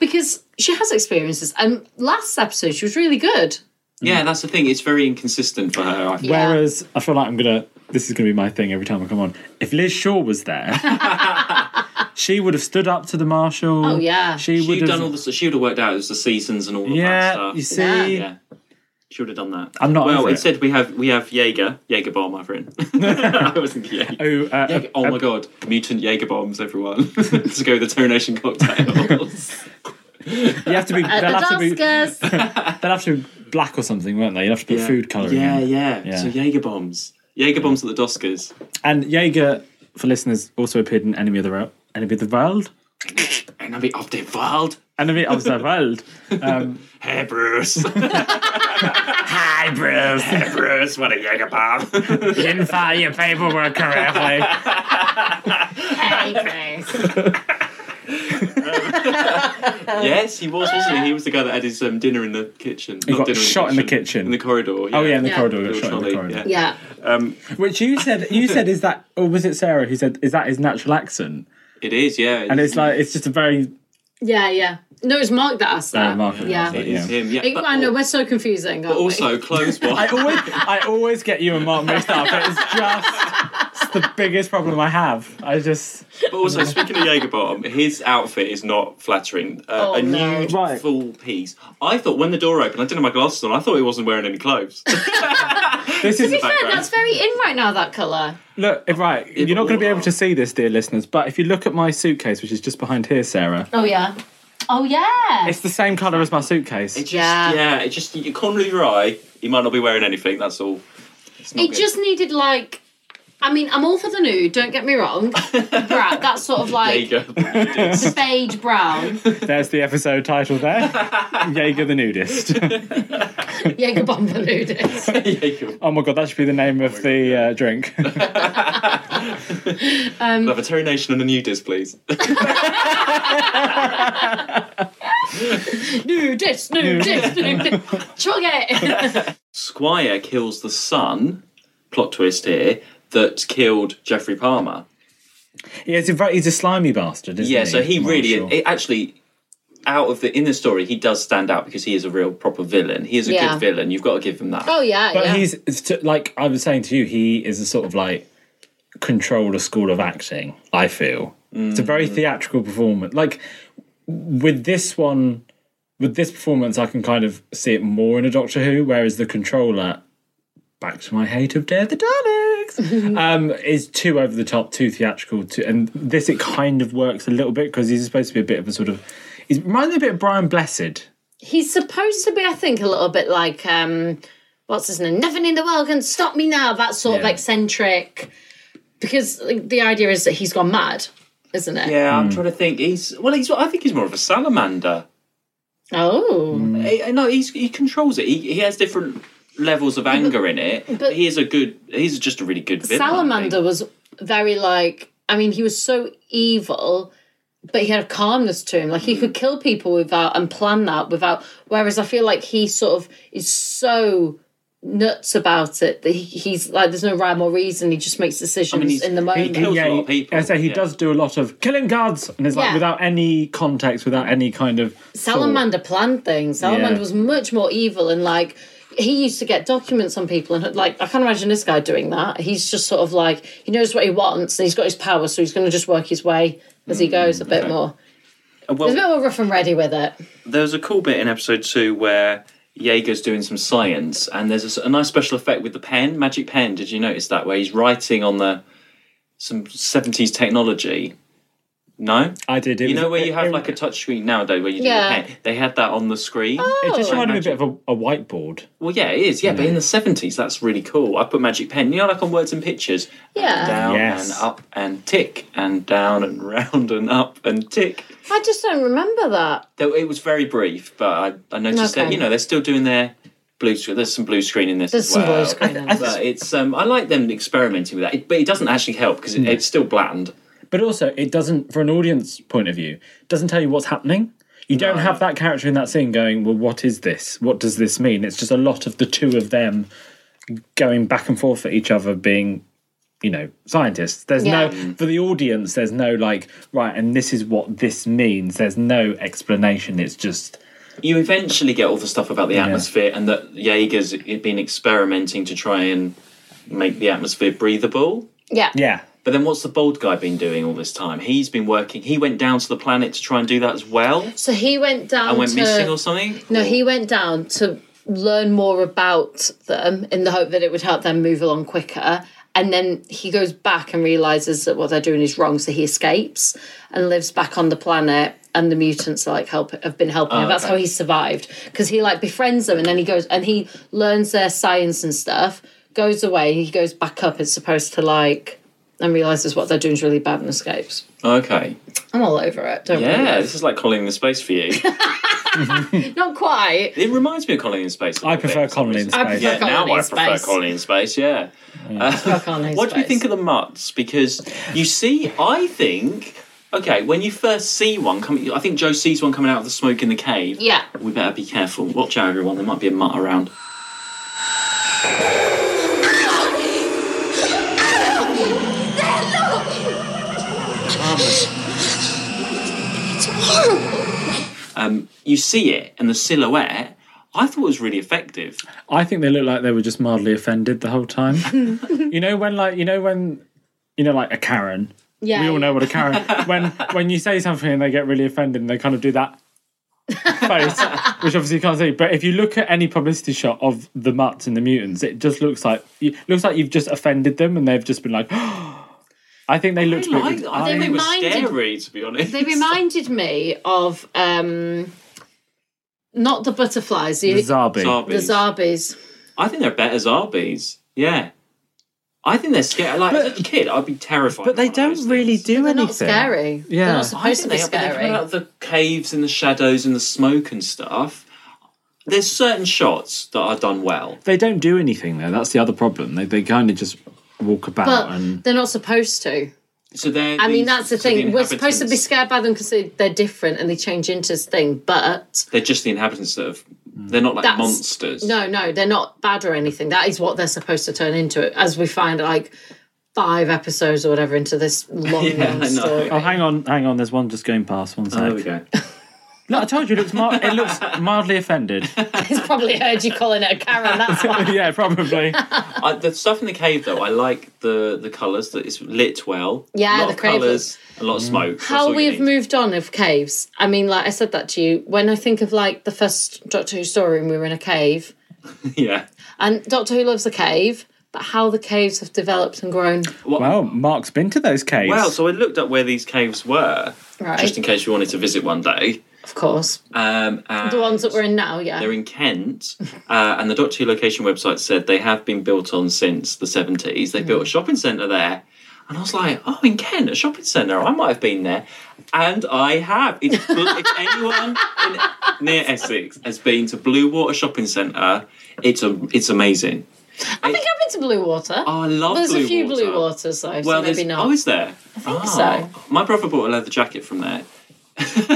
because she has experiences and last episode she was really good. yeah, that's the thing. It's very inconsistent for her. I think. Yeah. Whereas I feel like I'm gonna. This is gonna be my thing every time I come on. If Liz Shaw was there, she would have stood up to the marshal. Oh, yeah. she would She'd have. done all the. She would have worked out it was the seasons and all of that yeah, stuff. you see. Yeah. Yeah. She would have done that. I'm not Well, over it. instead we have we have Jaeger, Jaeger bomb, I've written. I wasn't Jaeger. Oh, uh, Jaeger- Oh my god, mutant Jaeger bombs, everyone! Let's go with the termination cocktails. you have to Uh, be. They'll have to be. Damascus. They'll have to be black or something, won't they? You'll have to put food colouring. Yeah, in. yeah, Yeah. So Jaeger bombs, Jaeger bombs at the Doskers. And Jaeger, for listeners, also appeared in Enemy of the World. Enemy of the World. And I'll be off the world. Enemy of the World. Um, Hey Bruce, Hi, Bruce. Bruce, what a Jaeger bomb! Didn't file your paperwork correctly. Hey, Grace. yes, he was, wasn't he? He was the guy that had his um, dinner in the kitchen. He got shot in the kitchen. in the corridor. Oh yeah, in the Yeah. corridor. Got Little shot in the trolley, corridor. yeah. Yeah. Which you said, you said, is that, or was it Sarah who said, is that his natural accent? it is. Yeah, And it's like, it's just a very Yeah, yeah. No, it's Mark that asked that. Yeah, Mark that yeah. asked it, it is yeah. him. Yeah, It- but I know, we're so confusing. Aren't also clothes I wise. always, I always get you and Mark mixed up. It's just it's the biggest problem I have. I just But also, Mm. speaking of Jagerbomb, his outfit is not flattering. Uh, Oh, a no. nude Right. full piece. I thought when the door opened, I didn't have my glasses on. I thought he wasn't wearing any clothes. This To be is fair, background. that's very in right now, that colour. look if- right. You're not going to be all able to see this, dear listeners. But if you look at my suitcase, which is just behind here, Sarah, Oh, yeah. Oh, yeah. it's the same color as my suitcase. It just, Yeah. yeah. it just, you corner of your eye, you might not be wearing anything, that's all. It's not it good. just needed, like, I mean, I'm all for the nude, don't get me wrong. Bra, that's sort of There you like go. beige brown. There's the episode title there. Jaeger the nudist. Jaeger bomber nudist. yeah, cool. Oh my god, that should be the name of the uh, drink. We'll have a termination and a nudist, please. Nudist, nudist, nudist. Chug it. Squire kills the son, plot twist here, that killed Jeffrey Palmer. yeah, he's a, very, he's a slimy bastard, isn't yeah, he? so he I'm really, sure. it actually, out of the in the story, he does stand out because he is a real proper villain. He is a Yeah. good villain. You've got to give him that. Oh, yeah. But yeah. he's it's t- like I was saying to you, he is a sort of like controlled a school of acting. I feel it's a very theatrical performance. Like with this one, with this performance, I can kind of see it more in a Doctor Who, whereas the controller. Back to my hate of Dare the Daleks um, is too over the top, too theatrical, too, and this it kind of works a little bit because he's supposed to be a bit of a sort of. He reminds me a bit of Brian Blessed. he's supposed to be, I think, a little bit like um, what's his name? Nothing in the world can stop me now. That sort Yeah. of eccentric, because like, the idea is that he's gone mad, isn't it? Yeah, I'm trying to think. He's well. He's. I think he's more of a salamander. Oh, Eh, No, he's, he controls it. He, he has different levels of anger in it. But, he is a good. He's just a really good villain. I think. Salamander was very like. I mean, he was so evil, but he had a calmness to him. Like Mm. he could kill people without and plan that without. Whereas I feel like he sort of is so nuts about it that he, he's like there's no rhyme or reason. He just makes decisions he's- in the he- moment. Kills a lot of he- people, I say he yeah. does do a lot of killing guards, and it's like Yeah. without any context, without any kind of Salamander planned things. Salamander Yeah. was much more evil and like he used to get documents on people and like I can't imagine this guy doing that. He's just sort of like he knows what he wants and he's got his power, so he's going to just work his way as Mm, he goes a bit Uh, more. He's a bit Well, more rough and ready with it. there was a cool bit in episode two where Jaeger's doing some science, and there's a s- a, nice special effect with the pen, magic pen. Did you notice that? Where he's writing on the some 70s technology. No, I did. It you was- know where it- you have it- like a touch screen nowadays where you do Yeah. the pen. They had that on the screen. It just Oh. reminded me a bit of a, a whiteboard. Well, yeah, it is. Yeah, but in the seventies, that's really cool. I put magic pen. You know, like on words and pictures. Yeah. Down Yes. and up and tick and down and round and up and tick. I just don't remember that. Though it was very brief, but I, I noticed Okay. that you know they're still doing their blue screen. There's some blue screen in this. There's as some blue well. screen in but it's um, I like them experimenting with that, it, but it doesn't actually help because it, it's still bland. But also, it doesn't, for an audience point of view, doesn't tell you what's happening. You don't have that character in that scene going, "Well, what is this? What does this mean?" It's just a lot of the two of them going back and forth at each other, being, you know, scientists. There's Yeah. no for the audience. There's no like right, and this is what this means. There's no explanation. It's just You eventually get all the stuff about the atmosphere and that Jaeger's eh, been experimenting to try and make the atmosphere breathable. Yeah. yeah. But then what's the bald guy been doing all this time? He's been working. He went down to the planet to try and do that as well. So he went down And went to missing or something. No, he went down to learn more about them in the hope that it would help them move along quicker. And then he goes back and realizes that what they're doing is wrong, so he escapes and lives back on the planet. And the mutants like help have been helping him. That's Oh, okay. how he survived because he like befriends them, and then he goes and he learns their science and stuff. Goes away, he goes back up. It's supposed to like and realizes what they're doing is really bad and escapes. Okay. I'm all over it. Don't Yeah, worry. this is like Colony in the Space for you. Not quite. it reminds me of Colony in Space. a I little prefer bit for some Colony in reason. Space. I prefer Yeah, now Colony in I prefer Space. Colony in Space. Yeah. What do you think of the mutts? Because you see, I think okay when you first see one coming, I think Joe sees one coming out of the smoke in the cave. Yeah. We better be careful. Watch out, everyone. There might be a mutt around. Um, you see it and the silhouette. I thought it was really effective. I think they look like they were just mildly offended the whole time. you know when like you know when you know like a Karen. Yeah. We all know what a Karen. when when you say something and they get really offended and they kind of do that. face, which obviously you can't see. But if you look at any publicity shot of the mutts and the mutants, it just looks like it looks like you've just offended them, and they've just been like, I think they looked. a I, bit like- I think they were reminded- scary, to be honest. They reminded me of um, not the butterflies, the, The Zabi. Zarbies. the zarbies. I think they're better Zarbies. Yeah. I think they're scary. Like, as a kid, I'd be terrified. But they of one of don't those really things. do They're anything. not scary. Yeah. They're I I not supposed to think be they, are, but they come scary. out of the caves and the shadows and the smoke and stuff. There's certain shots that are done well. They don't do anything though. That's the other problem. They they kind of just walk about But and they're not supposed to. So they're. I mean, these- that's the so thing. We're supposed to be inhabitants- scared by them because they, they're different and they change into this thing. But They're just the inhabitants that have. They're not like That's- monsters. no, no, they're not bad or anything. That is what they're supposed to turn into, as we find like five episodes or whatever into this long, Yeah, long I know. story. Oh, hang on, hang on. There's one just going past. One Oh, There sec. we go. Look, I told you, it looks mar- it looks mildly offended. He's probably heard you calling it a Karen. That's why. yeah, probably. I, the stuff in the cave, though, I like the the colours. That it's lit well. a Yeah, lot the of cave colours, a lot of smoke. That's all How you we've need. moved on of caves. I mean, like I said that to you. When I think of like the first Doctor Who story, and we were in a cave, Yeah. and Doctor Who loves a cave, but how the caves have developed and grown. Well, Mark's been to those caves. Wow. So I looked up where these caves were, Right. just in case we wanted to visit one day. Of course, Um, and the ones that we're in now. Yeah, They're in Kent, uh, and the Doctor Who location website said they have been built on since the 70s. They Mm. built a shopping centre there. And I was like, oh, in Kent, a shopping centre. I might have been there. And I have. It's, bl- if anyone in, near Essex has been to Blue Water Shopping Centre, it's a, it's amazing. I think I've been to Blue Water. Oh, I love There's Blue a few Water. Blue Waters though, Well, so maybe there's- not. Oh, is there? I think so. My brother bought a leather jacket from there.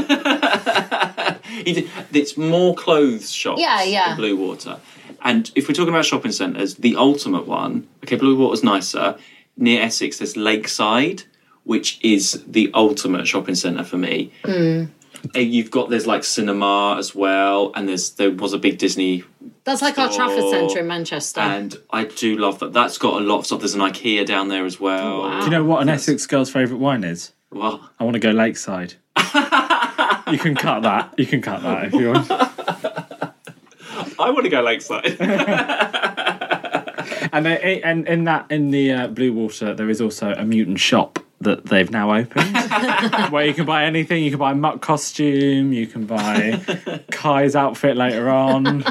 He did- it's more clothes shops Yeah, yeah. in Blue Water. And if we're talking about shopping centres, the ultimate one, okay, Blue Water's nicer. Near Essex, there's Lakeside, which is the ultimate shopping centre for me. Hmm. And You've got there's like cinema as well, and there's there was a big Disney That's like our Trafford Store Centre in Manchester. and I do love that. That's got a lot of stuff. There's an IKEA down there as well. Wow. Do you know what an Essex girl's favourite wine is? Well, I want to go lakeside. you can cut that. You can cut that if you want. I want to go lakeside. And they, and in that in the uh, Blue Water, there is also a mutant shop that they've now opened, where you can buy anything. You can buy a mutt costume. You can buy Kai's outfit later on.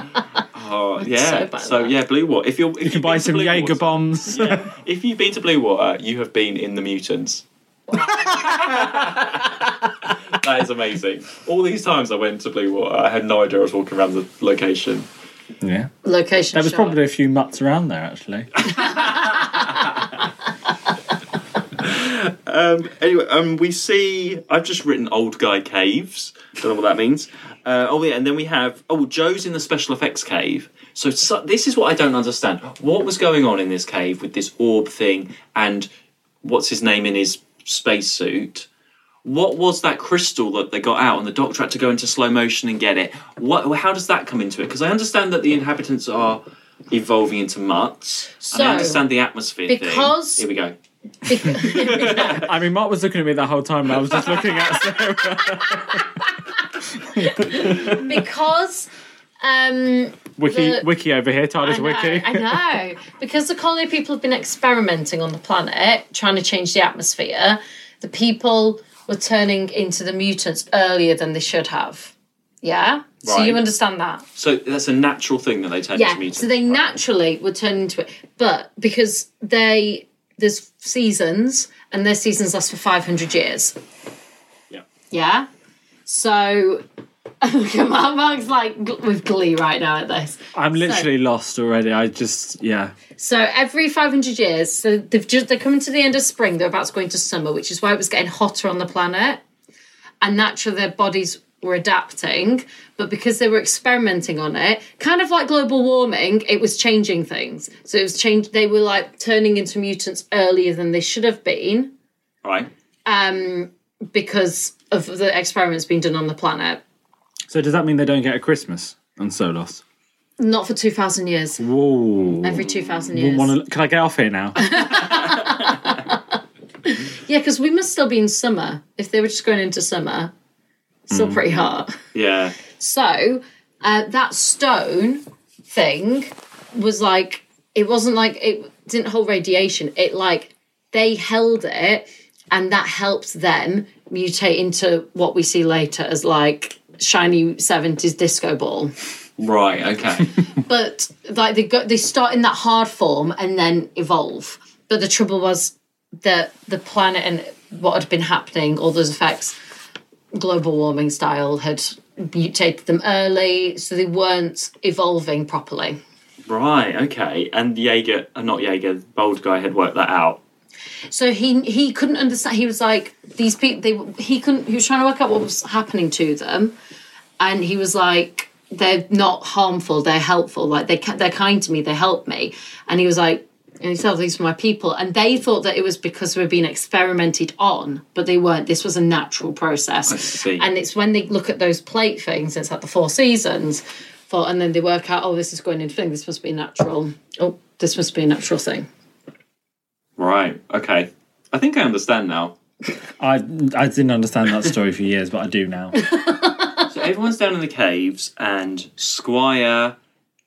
oh yeah. bad at So that. yeah, Blue Water. If you're, if You can buy some Jaeger bombs. If you've been to Blue Water, you have been in the mutants. that is amazing. All these times I went to Blue Water, I had no idea I was walking around the location. Yeah, Location. there was shout. probably a few mutts around there actually. Anyway, um, we see. I've just written old guy caves. Don't know what that means. Uh, oh yeah, and then we have. Oh, Joe's in the special effects cave. So, so this is what I don't understand. What was going on in this cave with this orb thing and what's his name in his spacesuit? What was that crystal that they got out and the doctor had to go into slow motion and get it? What? How does that come into it? Because I understand that the inhabitants are evolving into mutts. and So, I understand the atmosphere thing. because- here we go. I mean, Mark was looking at me the whole time, and I was just looking at. Sarah. because um Wiki, The- Wiki over here, I TARDIS know, Wiki. I know. Because the colony people have been experimenting on the planet, trying to change the atmosphere, the people were turning into the mutants earlier than they should have. Yeah? So you Right. understand that? So that's a natural thing that they tend to Yeah. meet. So they naturally would turn into it. But because they there's seasons and their seasons last for five hundred years. Yeah. Yeah. So come on, Mark's like gl- with glee right now at this. I'm literally lost already. I just, yeah. So every 500 years, so they've just they're coming to the end of spring. They're about to go into summer, which is why it was getting hotter on the planet, and naturally their bodies were adapting. But because they were experimenting on it, kind of like global warming, it was changing things. So it was change. They were like turning into mutants earlier than they should have been right? um, because of the experiments being done on the planet. So does that mean they don't get a Christmas and so lost? Not for 2,000 years. Whoa. Every 2,000 years. Wouldn't wanna- can I get off here now? Yeah, because we must still be in summer. If they were just going into summer, still pretty hot. Yeah. So uh, that stone thing was like it wasn't like it didn't hold radiation. It like they held it, and that helped them mutate into what we see later as like shiny seventies disco ball. Right, okay. But like they go, they start in that hard form and then evolve. But the trouble was that the planet and what had been happening, all those effects, global warming style, had mutated them early, so they weren't evolving properly. right, okay. And Jaeger, uh, not Jaeger, the bold guy had worked that out. So he he couldn't understand. He was like these people. They he couldn't. He was trying to work out what was happening to them, and he was like, "They're not harmful. They're helpful. Like they ca- they're kind to me. They help me." And he was like, "And he said "Oh, these were my people." And they thought that it was because we were being experimented on, but they weren't. This was a natural process. I see. And it's when they look at those plate things. It's like the four seasons, for and then they work out, "Oh, this is going into thing. This must be natural. Oh, this must be a natural thing." Right, okay. I think I understand now. I I didn't understand that story for years, but I do now. So everyone's down in the caves, and Squire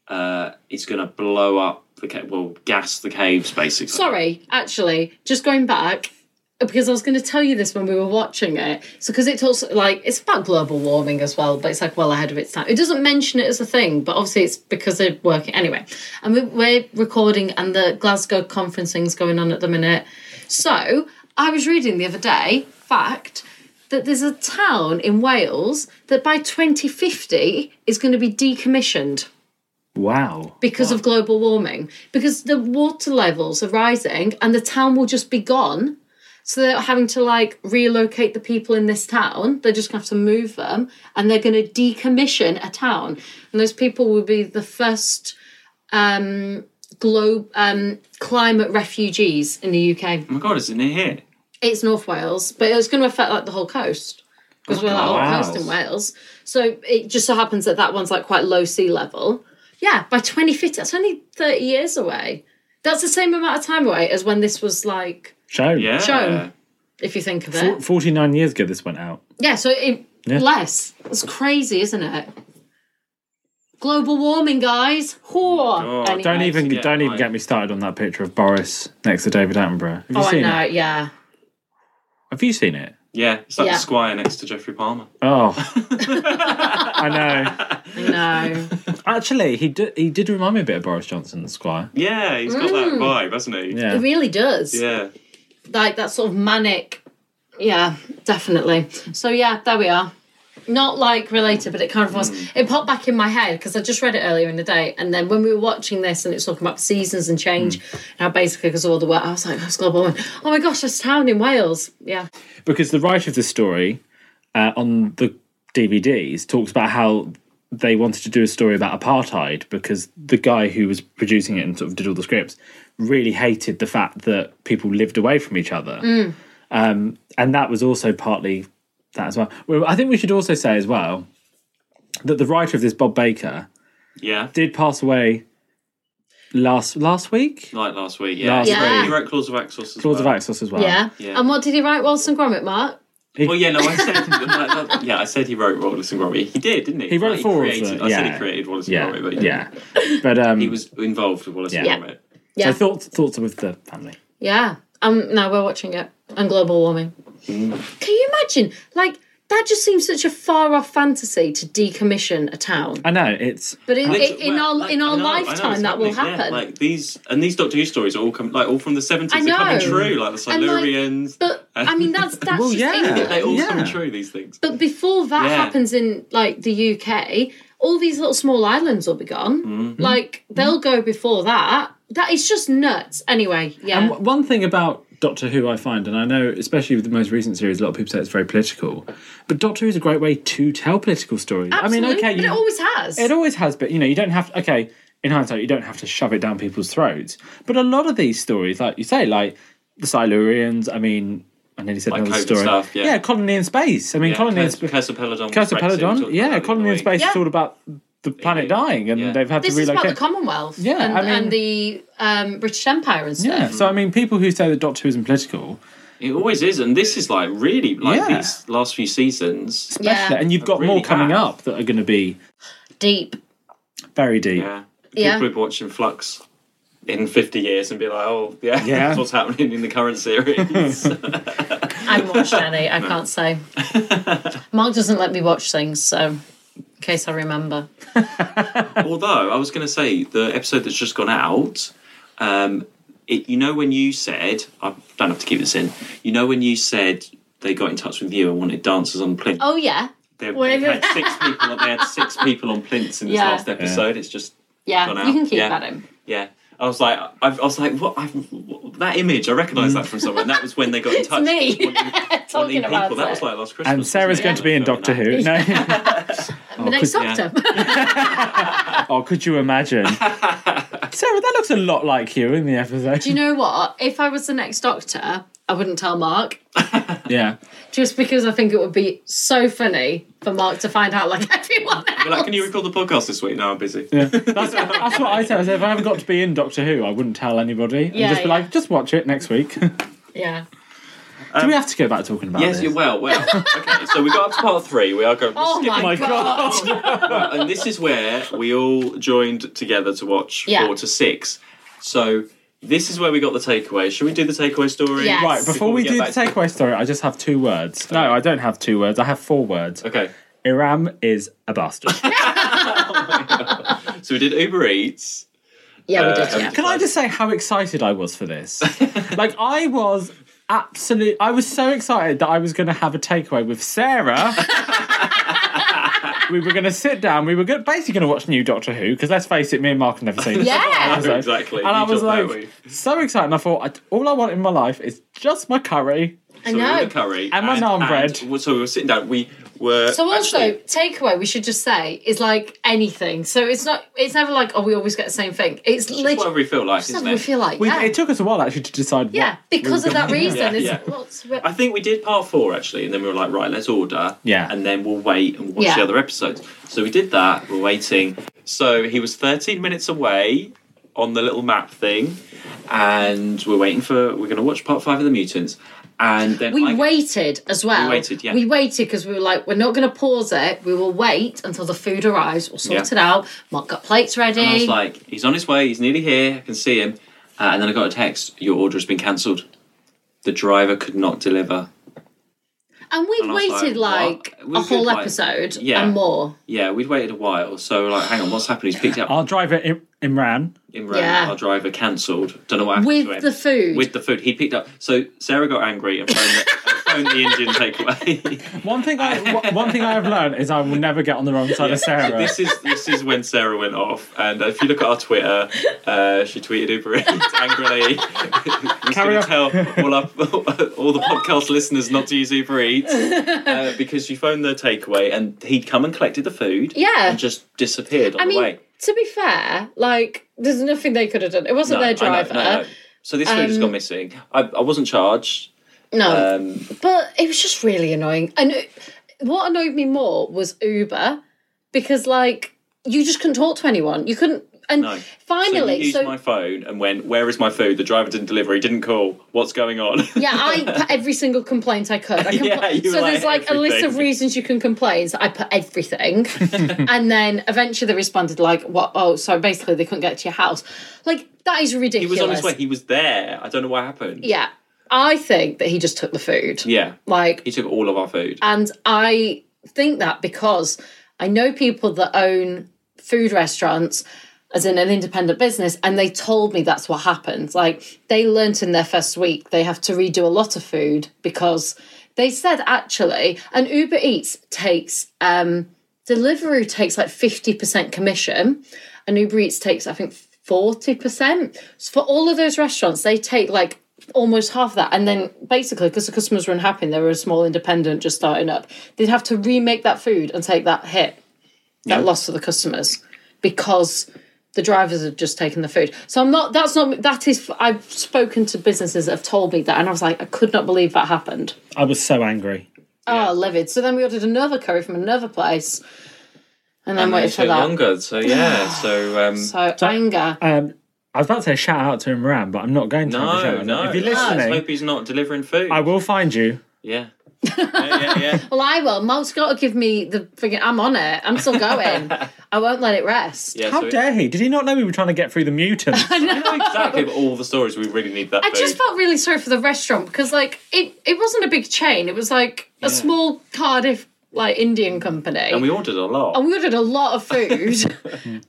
uh, is going to blow up the ca- well, gas the caves basically. Sorry, actually, just going back because I was going to tell you this when we were watching it. So because it talks like it's about global warming as well, but it's like well ahead of its time. It doesn't mention it as a thing, but obviously it's because they're working anyway. And we, we're recording, and the Glasgow conferencing's going on at the minute. So I was reading the other day, fact. That there's a town in Wales that by 2050 is going to be decommissioned Wow. because of global warming because the water levels are rising and the town will just be gone so they're having to like relocate the people in this town they're just going to have to move them and they're going to decommission a town and those people will be the first um globe um climate refugees in the uk Oh my god, isn't it here? it's north wales but it's going to affect like the whole coast because we're like whole Wow. coast in wales so it just so happens that that one's like quite low sea level yeah by 2050 that's only 30 years away that's the same amount of time away as when this was like Show. Yeah. Shown. if you think of it 49 years ago this went out. yeah so it, Yeah. less it's crazy isn't it global warming guys Whoa. God, Oh Don't even Yeah, don't even I- get me started on that picture of Boris next to David Attenborough. Have you oh I seen know it? yeah Have you seen it? Yeah, it's like Yeah. the Squire next to Jeffrey Palmer. Oh. I know. I know Actually, he did he did remind me a bit of Boris Johnson, the Squire. Yeah, he's got Mm. that vibe, hasn't he? Yeah. it really does Yeah. like that sort of manic. Yeah, definitely. So yeah, there we are. Not like related, but it kind of was. It popped back in my head because I just read it earlier in the day, and then when we were watching this and it was talking about seasons and change, and how basically because of all the work, I was like, oh, it's global warming. Oh my gosh, this town in Wales. Yeah, because the writer of the story uh, on the DVDs talks about how they wanted to do a story about apartheid because the guy who was producing it and sort of did all the scripts really hated the fact that people lived away from each other. Um, and that was also partly that as well. well. I think we should also say as well that the writer of this, Bob Baker, Yeah. did pass away last last week. Like last week, yeah. Last Yeah. week. He wrote Claws of Axos as Claws of well. Axos as well. yeah. Yeah. And what did he write? Waltz and Gromit, Mark. Well, yeah, no, I said, yeah, I said he wrote Wallace and Gromit. He did, didn't he? He wrote four of created, them, I said yeah. he created Wallace Yeah, and Gromit, but yeah. yeah. But um, he was involved with Wallace Yeah. and Gromit. Yeah, so thoughts thoughts with the family. Yeah. Um now we're watching it. And global warming. Can you imagine? Like, that just seems such a far off fantasy to decommission a town. I know it's But in, Literally, in well, our like, in I our know- I know, it's lifetime that will happening, happen. yeah, like these and these Doctor Who stories are all come like all from the I seventies are coming know. true, like the And, like, Silurians. but I mean that's that's Well, just yeah. England. they all Yeah. come true, these things. But before that Yeah. happens in like the UK, all these little small islands will be gone. Mm-hmm. Like they'll go before that. That is just nuts. Anyway, yeah. And w- one thing about Doctor Who I find, and I know especially with the most recent series, a lot of people say it's very political, but Doctor Who is a great way to tell political stories. Absolutely. I mean, okay, but you, it always has. it always has, but you know, you don't have to, okay. In hindsight, you don't have to shove it down people's throats. But a lot of these stories, like you say, like the Silurians. I mean, I nearly said Like another COVID story. stuff, yeah. colony in space. I mean, Yeah, colony in Curse, space. Curse of Peladon. Curse of Brexit, we talked Peladon. about Yeah, that the colony other in week. space is Yeah. all about the planet dying, and Yeah. they've had this to is about relocate. the Commonwealth Yeah, and, I mean- and the um, British Empire and stuff. Yeah. So I mean, people who say that Doctor Who isn't political, It always is, and this is like really like Yeah. these last few seasons. Especially, Yeah. and you've got really ah. more coming have. up that are going to be Deep. very deep. Yeah, Yeah. people will be watching Flux in fifty years and be like, oh yeah, Yeah. that's what's happening in the current series. I'm watched any. I can't say. Mark doesn't let me watch things, so in case I remember. Although I was going to say the episode that's just gone out, um, it, you know when you said I don't have to keep this in. You know when you said they got in touch with you and wanted dancers on plinth. Oh yeah, they, whatever. they had six people. They had six people on plinths in this Yeah. last episode. It's just yeah. Gone out. You can keep Yeah. that in. yeah. I was like, I, I was like, what? I've, what- That image, I recognise that from somewhere. And that was when they got in touch. me. wanting- wanting Talking about people. That was it. like last Christmas. And Sarah's wasn't it? going to be in Doctor Who. No. the next could- doctor. oh, could you imagine? Sarah, that looks a lot like you in the episode. Do you know what? If I was the next doctor, I wouldn't tell Mark. yeah. Just because I think it would be so funny for Mark to find out like everyone else. Like, can you record the podcast this week? No, I'm busy. Yeah. That's, that's what I said. I said, If I haven't got to be in Doctor Who, I wouldn't tell anybody. And Yeah, just be yeah. like, just watch it next week. Do Yeah. we have to go back talking about Um, Yes, this? you well, well. Okay, so we got up to part three. We are going. we're Oh skipping my my, god. and this is where we all joined together to watch Yeah. four to six. So this is where we got the takeaway. Should we do the takeaway story? Yes. Right, before, Before we, we do the get back takeaway story, I just have two words. No, I don't have two words. I have four words. Okay. Iram is a bastard. So we did Uber Eats. Yeah, we Uh, did. Yeah. Can I just say how excited I was for this? like, I was absolute. I was so excited that I was going to have a takeaway with Sarah. we were going to sit down. We were go- basically going to watch new Doctor Who because let's face it, me and Mark have never seen this. Yeah. episode. Exactly. And I You was dropped that like, way. so excited. And I thought, I, all I want in my life is just my curry. I So we ordered know. curry And my naan bread. and- so we were sitting down. We were. So also actually- takeaway we should just say is like anything. So it's not it's never like oh we always get the same thing. It's It's just whatever literally we feel like, just isn't what we it? feel like. We, yeah. It took us a while actually to decide. what yeah, we because were of that gonna- reason. Yeah, it's yeah. lots of it. I think we did part four actually, and then we were like, right, let's order. Yeah. And then we'll wait and watch Yeah. the other episodes. So we did that. We're waiting. So he was 13 minutes away on the little map thing, and we're waiting for. We're going to watch part five of the mutants, and then we I- waited as well. We waited, yeah. We waited because we were like, we're not going to pause it. We will wait until the food arrives. We'll sort Yeah. it out. Mark got plates ready. And I was like, he's on his way. He's nearly here. I can see him. Uh, and then I got a text. Your order has been cancelled. The driver could not deliver. and we and I was waited like, like, what? We a could, whole like- episode Yeah. and more. Yeah, we'd waited a while. So we're like, hang on, what's happened? He's picked it up. Our driver, Im- Imran. Imran, Yeah. our driver, cancelled. Don't know what happened to him. With the food. With the food, he picked up. So Sarah got angry and phoned the, and phoned the Indian takeaway. One thing I one- one thing I have learned is I will never get on the wrong side of Sarah. this is this is when Sarah went off, and if you look at our Twitter, uh, she tweeted Uber Eats angrily. We Carry should on. tell all, our, all the podcast listeners not to use Uber Eats uh, because she phoned the takeaway, and he'd come and collected the food, Yeah. and just disappeared on I the mean, way. to be fair, like, there's nothing they could have done. It wasn't their I know, driver. um, no, no. So this food has gone missing. I, I wasn't charged. No. Um, But it was just really annoying. And it- what annoyed me more was Uber because, like, you just couldn't talk to anyone. You couldn't. And No. so he finally, used so, my phone and went, "Where is my food? The driver didn't deliver. He didn't call. What's going on?" yeah, I put every single complaint I could. I Yeah, compl- you so like there's like a list of everything. reasons you can complain. So I put everything, and then eventually they responded like, "What? Oh, so basically they couldn't get to your house." Like that is he ridiculous. was on his way. He was there. I don't know what happened. Yeah, I think that he just took the food. Yeah. Like He took all of our food. And I think that because I know people that own food restaurants as in an independent business and they told me that's what happened like they learnt in their first week they have to redo a lot of food because they said actually and uber eats takes um deliveroo takes like 50% commission and uber eats takes i think 40% so for all of those restaurants they take like almost half that and then basically because the customers were unhappy and they were a small independent just starting up they'd have to remake that food and take that hit that loss to the customers because the drivers have just taken the food so i'm not that's not that is i've spoken to businesses that have told me that and i was like i could not believe that happened I was so angry. oh livid so then we ordered another curry from another place and then And waited it for took that longer. So yeah. So um, so anger Um, I was about to say shout out to Imran, but I'm not going to. have a shout No, out. no. If you're I just listening, hope he's not delivering food. I will find you. Yeah. yeah, yeah, yeah. Well, I will. Malt's got to give me the thing. I'm on it. I'm still going. I won't let it rest. yeah How so- dare he? Did he not know we were trying to get through the mutants? I know exactly but all the stories. We really need that I food. just felt really sorry for the restaurant because, like, it, it wasn't a big chain. It was like a small Cardiff, like, Indian company. and we ordered a lot. and we ordered a lot of food,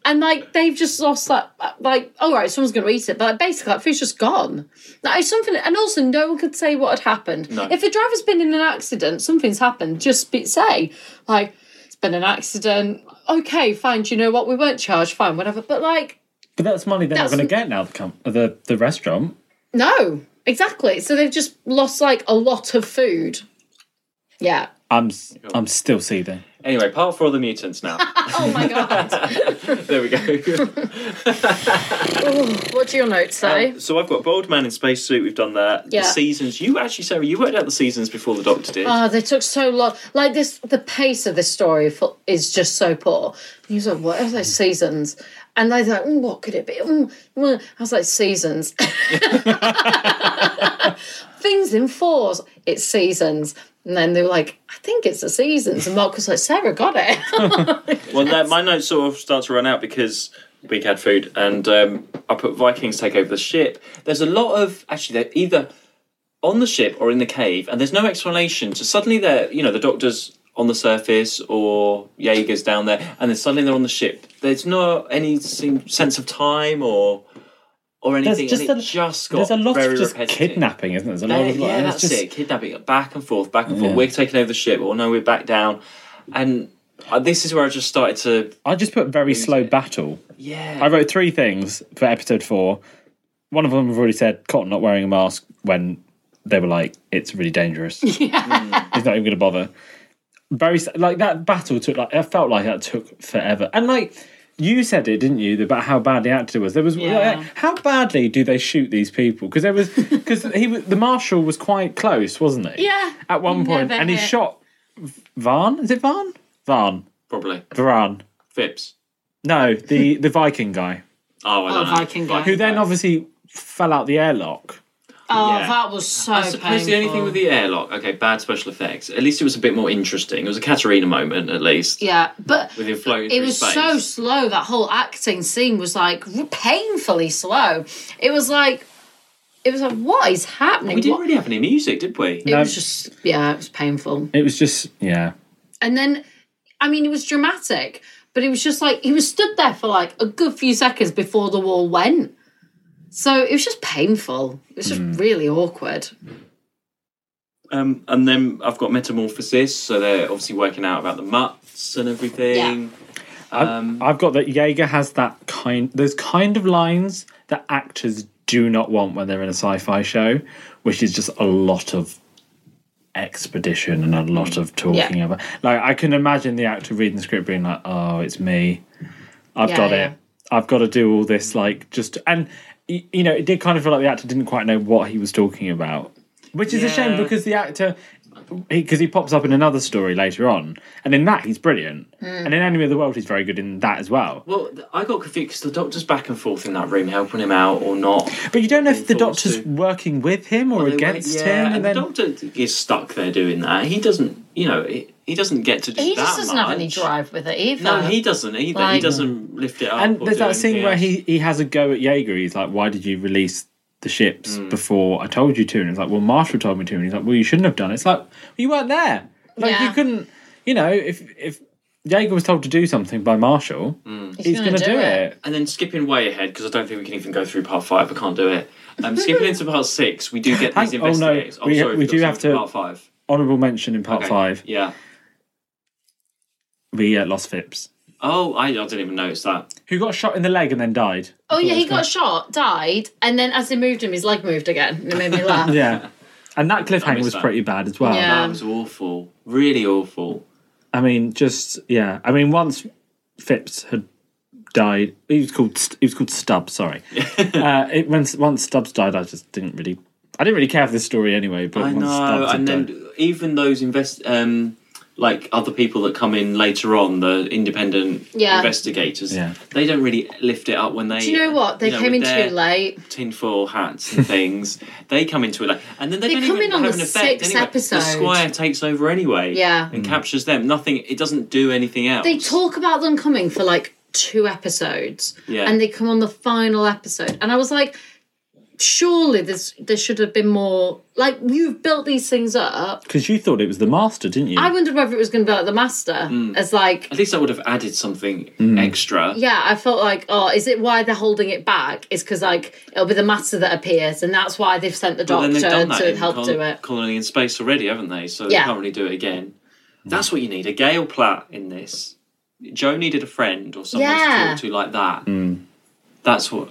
and like they've just lost that. Like, all right, someone's going to eat it, but like, basically, that food's just gone. That is something, and also no one could say what had happened. No. If the driver's been in an accident, something's happened. Just be, say, like, it's been an accident. Okay, fine. Do you know what? We weren't charged. Fine, whatever. But like, but that's money they're That's- not going to get now. The, com- the the restaurant. no, exactly. So they've just lost like a lot of food. Yeah. I'm s- I'm still seething. Anyway, part for all the mutants now. Oh my god. there we go. What's your note say? so I've got Bold Man in Spacesuit, we've done that. Yeah. The seasons. You actually, Sarah, you worked out the seasons before the Doctor did. Oh, they took so long. Like this, the pace of this story fo- is just so poor. He was like, "What are those seasons?" And I was like, mm, "What could it be?" Mm, mm." I was like, "Seasons." Things in fours. It's seasons. And then they were like, "I think it's the seasons." And Mark was like, "Sarah got it." well, that, my notes sort of start to run out because we had food and um, I put Vikings take over the ship. There's a lot of, actually, they're either on the ship or in the cave and there's no explanation. So suddenly they're, you know, the Doctor's on the surface or Jaeger's down there and then suddenly they're on the ship. There's no any se- sense of time or. Or There's anything, just and it a just got there's a lot very of just repetitive. kidnapping, isn't there? There's a lot Yeah, of like, yeah, and that's it's just, it. Kidnapping, back and forth, back and forth. We're taking over the ship, or no, we're back down. And uh, this is where I just started to, I just put very slow battle. I yeah, wrote three things for episode four. One of them I've already said Cotton not wearing a mask when they were like, it's really dangerous. He's not even going to bother. Very s- like that battle took like I felt like that took forever. And like you said it, didn't you? About how bad the actor was. There was like, Yeah. how badly do they shoot these people? Because there was because he was, the marshal was quite close, wasn't he? Yeah. At one He point, never and he hit. shot Varn. Is it Varn? Varn. probably. Varn. Phipps. No, the the Viking guy Oh, I don't Oh, know. Viking guy. who then obviously fell out the airlock. oh, Yeah. that was so. I suppose the only thing with the airlock, okay, bad special effects. At least it was a bit more interesting. It was a Katarina moment, at least. yeah, but With him floating it through was space. so slow. That whole acting scene was like r- painfully slow. It was like, it was like, what is happening? we didn't What- really have any music, did we? It was just, yeah, it was painful. It was just yeah. And then, I mean, it was dramatic, but it was just like he was stood there for like a good few seconds before the wall went. So it was just painful. It was Hmm. just really awkward. Um, and then I've got Metamorphosis, so they're obviously working out about the mutts and everything. I've, I've got that Jaeger has that kind those kind of lines that actors do not want when they're in a sci-fi show, which is just a lot of expedition and a lot of talking Yeah. about. Like I can imagine the actor reading the script being like, "Oh, it's me. I've Yeah, got yeah. it. I've got to do all this." Like just and y- you know, it did kind of feel like the actor didn't quite know what he was talking about, which is a shame Yeah. because the actor because he, pops up in another story later on, and in that he's brilliant, and in Enemy of the World he's very good in that as well. Well, th- I got confused because the doctor's back and forth in that room, helping him out or not. But you don't know if the Being forced Doctor's to. working with him or They against went- him, yeah, and, then the doctor is stuck there doing that. He doesn't, you know, he, he doesn't get to do He that just doesn't have any much. drive with it either. No, he doesn't either. he Like- doesn't lift it up. and or there's do that scene anything where else. he he has a go at Jaeger. He's like, "Why did you release the ships before I told you to?" And he's like, "Well, Marshall told me to." And he's like, "Well, you shouldn't have done." it." It's like well, you weren't there. Like Yeah. you couldn't. You know, if if Jaeger was told to do something by Marshall, he's, gonna going to do do it. it. And then skipping way ahead because I don't think we can even go through part five. I can't do it. Um, skipping into part six, we do get these Hang- oh, no, investigators. we- sorry, we got do some have for to- part five. Honorable mention in part Okay, five, Yeah. we uh, lost Phipps, Oh, I, I didn't even notice that. who got shot in the leg and then died. oh yeah, he got shot, died, and then as they moved him, his leg moved again, and it made me laugh. Yeah, and that cliffhanger missed was that. pretty bad as well. Yeah. That was awful. Really awful. I mean, just yeah. I mean, once Phipps had died, he was called St- he was called Stubb. Sorry, uh, it, when once Stubbs died, I just didn't really, I didn't really care for this story anyway. But I once know. Stubbs had And died, then even those invest um, like other people that come in later on, the independent Yeah. investigators, Yeah. they don't really lift it up when they. Do you know what? They came in with their too late. Tinfoil hats and things. they come into it like, and then they, They don't come even in on have the an effect. sixth anyway. episode. The squire takes over anyway. Yeah. and captures them. Nothing. It doesn't do anything else. They talk about them coming for like two episodes, Yeah. and they come on the final episode, and I was like, surely this there should have been more. Like you've built these things up. Because you thought it was the master, didn't you? I wondered whether it was going to be like the master, Mm. as like. At least I would have added something Mm. extra. Yeah, I felt like, oh, is it why they're holding it back? Is because like it'll be the master that appears, and that's why they've sent the But then doctor they've done that to in help Col- do it. Colony in Space already, haven't they? So Yeah. they can't really do it again. That's what you need a Gale Platt in this. Joe needed a friend or someone Yeah. to talk to like that. That's what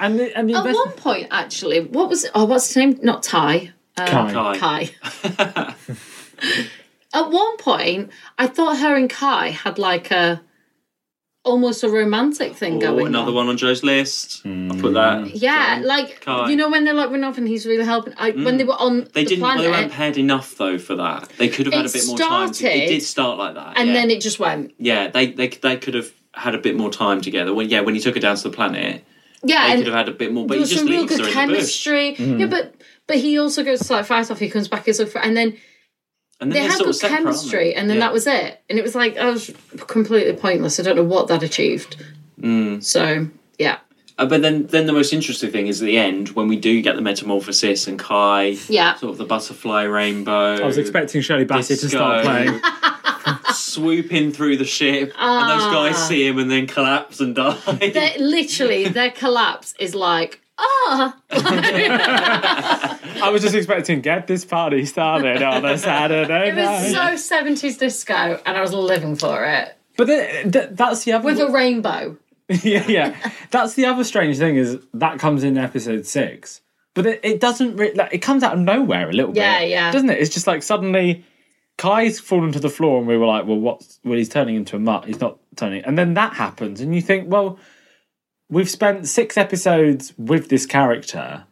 and the, and the At one investment. point, actually, what was oh, what's his name? Not Ty. Kai. Kai. Kai. At one point, I thought her and Kai had like a almost a romantic thing Or going another on. one on Joe's list. I put that. Yeah, like Kai. Mm. you know when they're like running off and he's really helping. I, When they were on They the didn't. planet, They weren't paired enough though for that. They could have had It a bit more time. To, started- it did start like that, and yeah. then it just went. yeah, they they they could have had a bit more time together. When yeah, when he took her down to the planet, Yeah, they and could have had a bit more. But there he was just some real leaves good her in the bush. chemistry. Yeah, but but he also goes to like fight off. He comes back as a fr- and then And then they they're had sort good of separate, aren't they? chemistry, and then Yeah. that was it. And it was like that was completely pointless. I don't know what that achieved. Mm. So yeah, Uh, but then, then the most interesting thing is at the end when we do get the metamorphosis and Kai, Yeah. sort of the butterfly rainbow. I was expecting Shirley Bassey to start Disco. playing. swooping through the ship, and Ah. those guys see him and then collapse and die. They're- literally their collapse is like ah. I was just expecting get this party started on a Saturday It night. was so seventies disco, and I was living for it but then, th- that's the other. with a rainbow. yeah, yeah. That's the other strange thing is that comes in episode six, but it, it doesn't. Re- like, it comes out of nowhere a little Yeah, bit. yeah. Doesn't it? It's just like suddenly Kai's fallen to the floor, and we were like, "Well, what's? Well, he's turning into a mutt. He's not turning." And then that happens, and you think, "Well, we've spent six episodes with this character."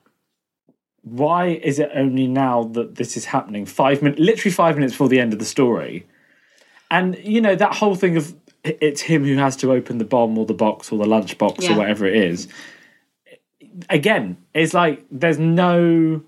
Why is it only now that this is happening? Five minutes, literally five minutes before the end of the story, and you know that whole thing of i- it's him who has to open the bomb or the box or the lunchbox Yeah. or whatever it is. Again, it's like there's no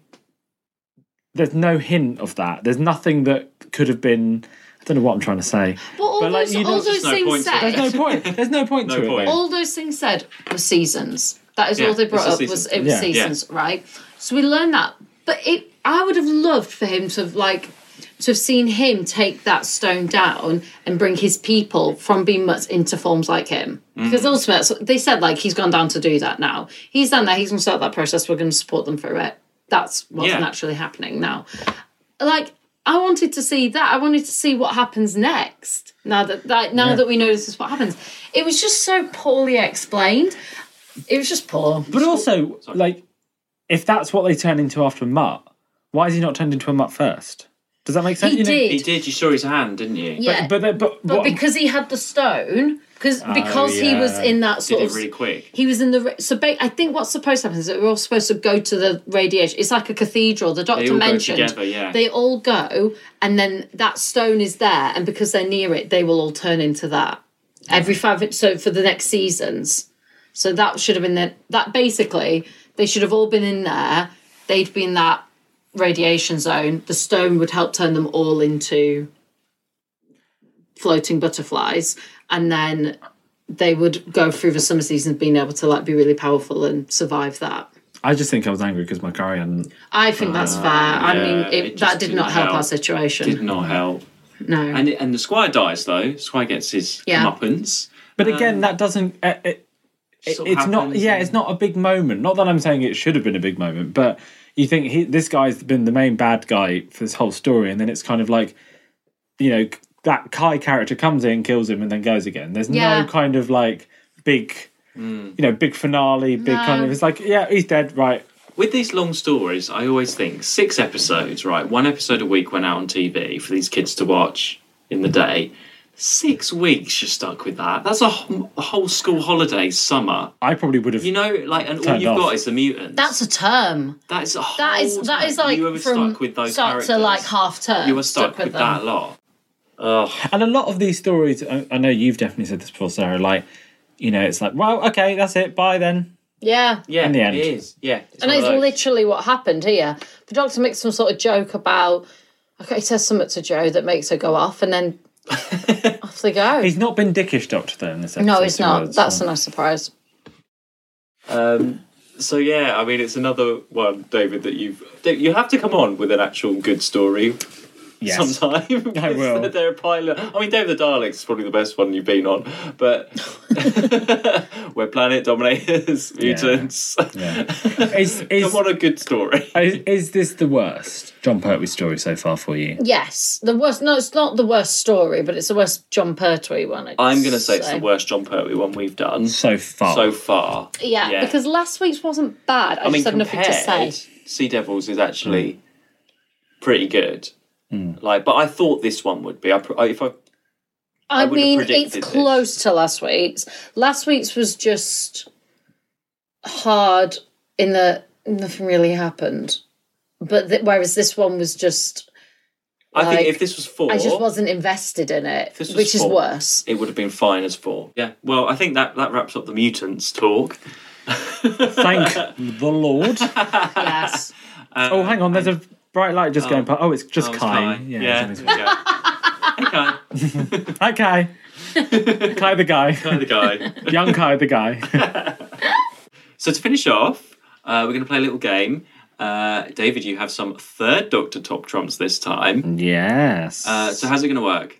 there's no hint of that. There's nothing that could have been. I don't know what I'm trying to say. But all But, like, those, you all don't- those there's no things point to it. said, There's no point. There's no point No to point. it. all those things said were seasons. That is Yeah, all they it's brought the up was seasons. it was Yeah. Yeah. seasons, right? So we learned that. But it, I would have loved for him to have like to have seen him take that stone down and bring his people from being mutts into forms like him. Mm. Because ultimately, so they said like he's gone down to do that now. He's done that. He's going to start that process. We're going to support them through it. That's what's Yeah. naturally happening now. Like I wanted to see that. I wanted to see what happens next. Now that, that now that we know this is what happens, it was just so poorly explained. It was just poor. But also, like, if that's what they turn into after Mutt, why is he not turned into a Mutt first? Does that make sense? He You know- did. he did. You saw his hand, didn't you? Yeah, But but, but, but what, because he had the stone, because because he was yeah. in that Oh, Did sort it of really quick. he was in the ra- so ba- I think what's supposed to happen is that we're all supposed to go to the radiation. It's like a cathedral. The doctor all go mentioned together, yeah. they all go, and then that stone is there, and because they're near it, they will all turn into that every five. So for the next seasons, so that should have been the, that. Basically, they should have all been in there. They'd be in that radiation zone. The stone would help turn them all into floating butterflies, and then they would go through the summer season being able to like be really powerful and survive that. I just think I was angry because my curry hadn't. I think that's fair. I Ah, yeah, mean, it, it that just did didn't not help, help. our situation. Did not help. no. And it, and the squire dies though. Squire gets his Yeah. comeuppance. But again, that doesn't. Uh, it, it, Sort of it's not. happens Yeah, and- it's not a big moment. Not that I'm saying it should have been a big moment, but you think he, this guy's been the main bad guy for this whole story, and then it's kind of like, you know, that Kai character comes in, kills him, and then goes again. There's Yeah. no kind of like big, you know, big finale, big kind of. It's like, yeah, he's dead, right? With these long stories, I always think six episodes, right? One episode a week went out on TV for these kids to watch in the day. Six weeks you're stuck with that. That's a, wh- a whole school holiday summer. I probably would have. You know, like, and all Turned you've off. got is the mutants. that's a term. that is a whole That is that time. is like you were from stuck with those start characters. to like half term. you were stuck, with, them. that lot. Ugh. And a lot of these stories, I, I know you've definitely said this before, Sarah. Like, you know, it's like, well, okay, that's it. Bye then. Yeah. Yeah, In the end. it is. Yeah, it's And one it's of those. literally what happened here. The doctor makes some sort of joke about, okay, he says something to Joe that makes her go off, and then off they go. He's not been dickish, Doctor. Then in this episode. no, it's not. towards- That's a nice surprise. Um, so yeah, I mean, it's another one, David, that you've that you have to come on with an actual good story Yes. sometime. because will. they're- They're a pile of- I mean, David the Daleks is probably the best one you've been on, but we're planet dominators, mutants. Yeah. Is, is, Come on, a good story. is, is this the worst John Pertwee story so far for you? Yes, the worst. No, it's not the worst story, but it's the worst John Pertwee one. I'd I'm going to say it's the worst John Pertwee one we've done So far. so far. Yeah, because last week's wasn't bad. I I, mean, just had nothing compared, to say. Sea Devils is Hmm. actually pretty good. Like, but I thought this one would be. I, pr- I- if I I, would've mean, predicted it's this. close to last week's. Last week's was just hard in that nothing really happened. But th- whereas this one was just, I Like, think if this was four, I just wasn't invested in it, This was which is four. worse. it would have been fine as four. Yeah. Well, I think that, that wraps up the mutants talk. Thank the Lord. yes. Oh, hang on. There's a bright light just going past. Oh, it's just Um, Oh, it's Kai. Kai. Yeah. Yeah. it's amazing. Hi, Hey, Kai. Kai. Kai the guy. Kai the guy. Young Kai the guy. So to finish off, uh, we're going to play a little game. Uh, David, you have some third Doctor Top Trumps this time. yes. Uh, so how's it going to work?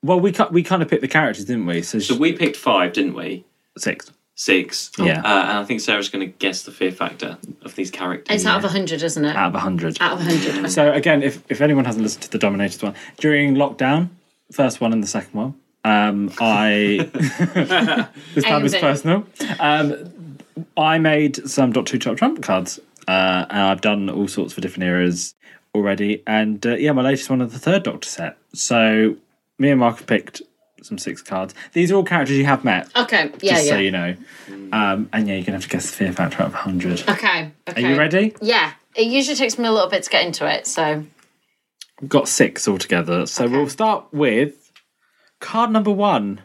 well, we ki- we kind of picked the characters, didn't we? So, So we picked five, didn't we? six. Six. Yeah. Uh, and I think Sarah's going to guess the fear factor of these characters. It's out of 100, isn't it? out of 100. Out of 100. So, again, if, if anyone hasn't listened to the Dominators one, during lockdown, first one and the second one, um, I. this A and time is B. personal. Um, I made some Doctor Who Top Trump cards, uh, and I've done all sorts for different eras already. And uh, yeah, my latest one of the third Doctor set. So, me and Mark have picked some six cards. These are all characters you have met, okay, Oh, yeah, just yeah. so you know. Um, and yeah, you're going to have to guess the fear factor out of 100. Okay, okay. Are you ready? Yeah. It usually takes me a little bit to get into it, so. got six altogether. So we'll start with card number one.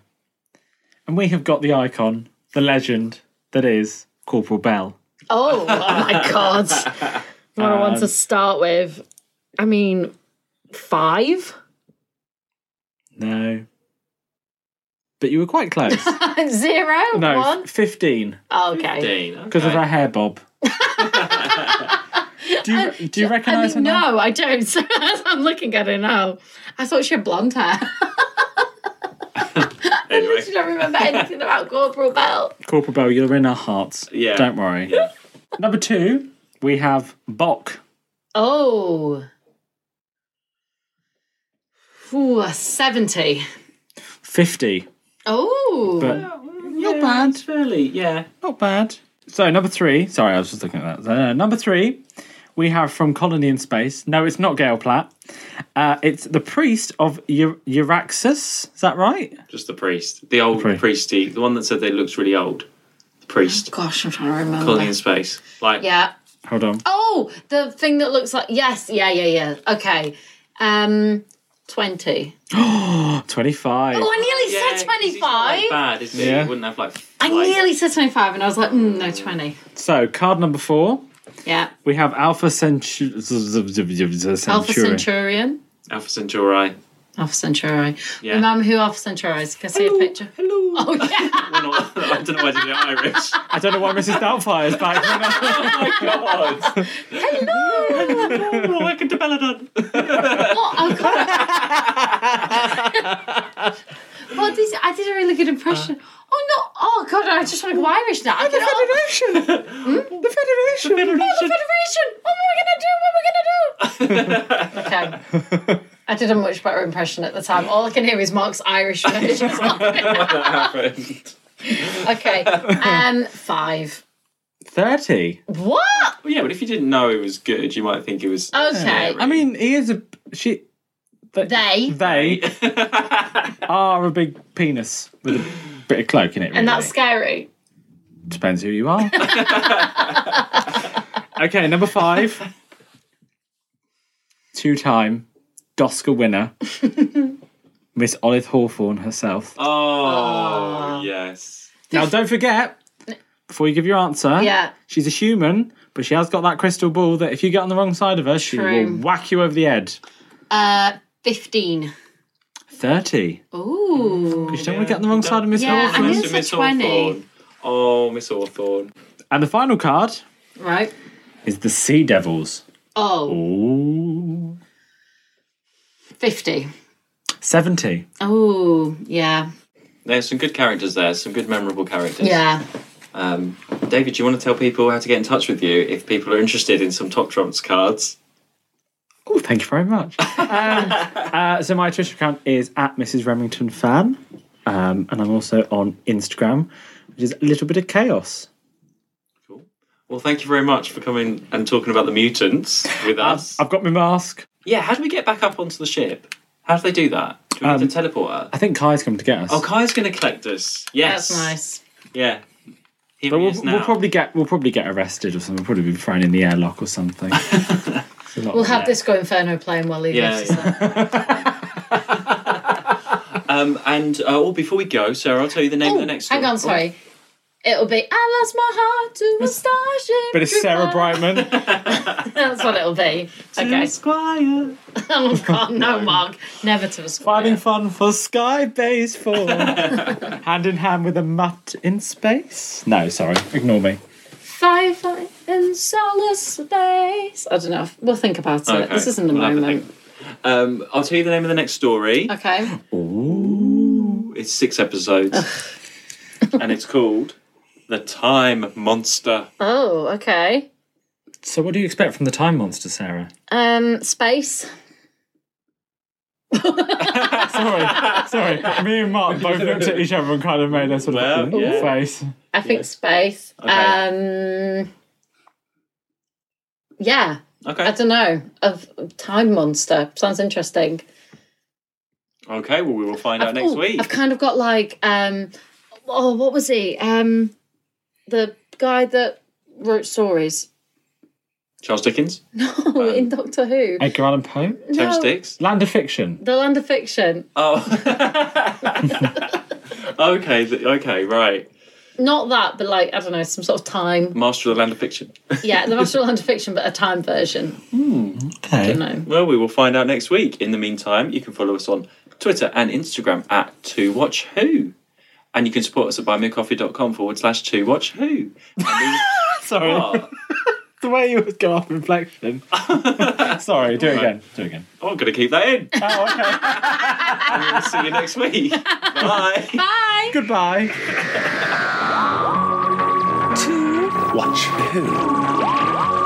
And we have got the icon, the legend that is Corporal Bell. Oh, oh my god. What I Um, want to start with. I mean, five? No. But you were quite close. Zero? No, One? 15 Oh, okay. because of her hair bob. do you, do you I recognise mean, her? now? no, I don't. I'm looking at it now. I thought she had blonde hair. Anyway. I don't remember anything about Corporal Bell. Corporal Bell, you're in our hearts. Yeah. Don't worry. Number two, we have Bok. Oh. Ooh, a 70. 50. Oh. But not bad. Fairly, yeah. Not bad. So number three, sorry, I was just looking at that. Uh, number three, we have from Colony in Space. No, it's not Gail Platt. Uh, it's the priest of Eu- Euraxus. Is that right? Just the priest. The old The priest. priesty. The one that said they looked really old. The priest. Gosh, I'm trying to remember. Colony in space. Like, Oh, Yeah. Hold on. Oh, the thing that looks like. Yes, yeah, yeah, yeah. Okay. Um, 20. Twenty-five. Oh, I nearly Yeah, 'cause said he's 25. not, like, bad, isn't he? Yeah. He wouldn't have like. I like- nearly said 25, and I was like, mm, no, 20. So card number four, Yeah. we have Alpha Centu- Centurion. Alpha Alpha Centurion. Centauri. Alpha Centauri. Yeah. Remember who Alpha Centauri is? Can I see a picture? Hello. Oh, yeah. We're not- I don't know why I did it Irish. I don't know why Mrs. Doubtfire is back. God. Hello. Welcome to Belladon. What? Oh, God. well, this, I did a really good impression. Uh. oh, no. Oh, God, I just want to go Irish now. I can, oh, The Federation. Federation. What am I going to do? What am I going to do? okay. I did a much better impression at the time. All I can hear is Mark's Irish version. okay. Um, five. Thirty. What? Well, yeah, but if you didn't know it was good, you might think it was. Oh. Okay. I mean, he is a she. They. They are a big penis with a bit of cloak in it. Really. And that's scary. Depends who you are. okay, number five. Two time Dosker winner. Miss Olive Hawthorne herself. Ah. Oh, yes. Now, don't forget, before you give your answer, Yeah. she's a human, but she has got that crystal ball that if you get on the wrong side of her, she True. will whack you over the head. Uh, 15. 30. Ooh. Mm. You don't want to get on the wrong side of Miss Oh, Yeah, I Hawthorne. knew- So Miss Hawthorne. Hawthorne. Oh, Miss Hawthorne. And the final card Right. is the Sea Devils. Oh, Ooh. 50. 70. Oh, yeah. There's some good characters there, some good memorable characters. Yeah. Um, David, do you want to tell people how to get in touch with you if people are interested in some top trumps cards? Oh, thank you very much. um, uh, so my Twitter account is at Mrs. Remington Fan, um, and I'm also on Instagram, which is a little bit of chaos. Well, thank you very much for coming and talking about the mutants with us. I've got my mask. yeah, how do we get back up onto the ship? How do they do that? Do we need Um, to teleport her? I think Kai's come to get us. Oh, Kai's going to collect us. Yes. That's nice. Yeah. Here But he we'll, is now. we'll probably get we'll probably get arrested or something. We'll probably be thrown in the airlock or something. It's a lot We'll of- have this Go Inferno playing while Lily Yeah, yeah, yeah. Um, and uh, oh, before we go, Sarah, I'll tell you the name of the next. Oh, Hang one. on, sorry. It'll be I lost my heart to a starship. But it's Sarah goodbye." Brightman. Mm-hmm. That's what it'll be. Okay. Squire. Oh God, no, Mark. Never to a Finding squire. fun for Sky Base 4. hand in hand with a mutt in space. No, sorry. Ignore me. Firefly in solar space. I don't know. We'll think about it. Okay, This isn't the we'll have a moment. Um, I'll tell you the name of the next story. Okay. It's six episodes, and it's called "The Time Monster." Oh, okay. So, what do you expect from the Time Monster, Sarah? Um, space. sorry, sorry. Me and Mark both looked at each other and kind of made a sort Well, of yeah. face. I think space. Um, yeah. I Okay. don't know. Of time monster sounds interesting. Okay. Well, we will find out next Oh, week. I've kind of got like um oh what was he? Um the guy that wrote stories. Charles Dickens, Um, Oh, in Doctor Who. Edgar Allan Poe. Tom No. Sticks. Land of Fiction. The Land of Fiction. Oh. okay. th- Okay. Right. Not that, but like I don't know, some sort of time. Master of the Land of Fiction. Yeah, the Master of Land of Fiction, but a time version. I don't know. Well, we will find out next week. In the meantime, you can follow us on Twitter and Instagram at To Watch Who. And you can support us at buymeacoffee.com forward slash To Watch Who. Sorry. Oh, The way you would go off inflection. sorry, do it again. Do it again. I'm going to keep that in. Oh, okay. We'll see you next week. Bye. Bye. Goodbye. Watch Who.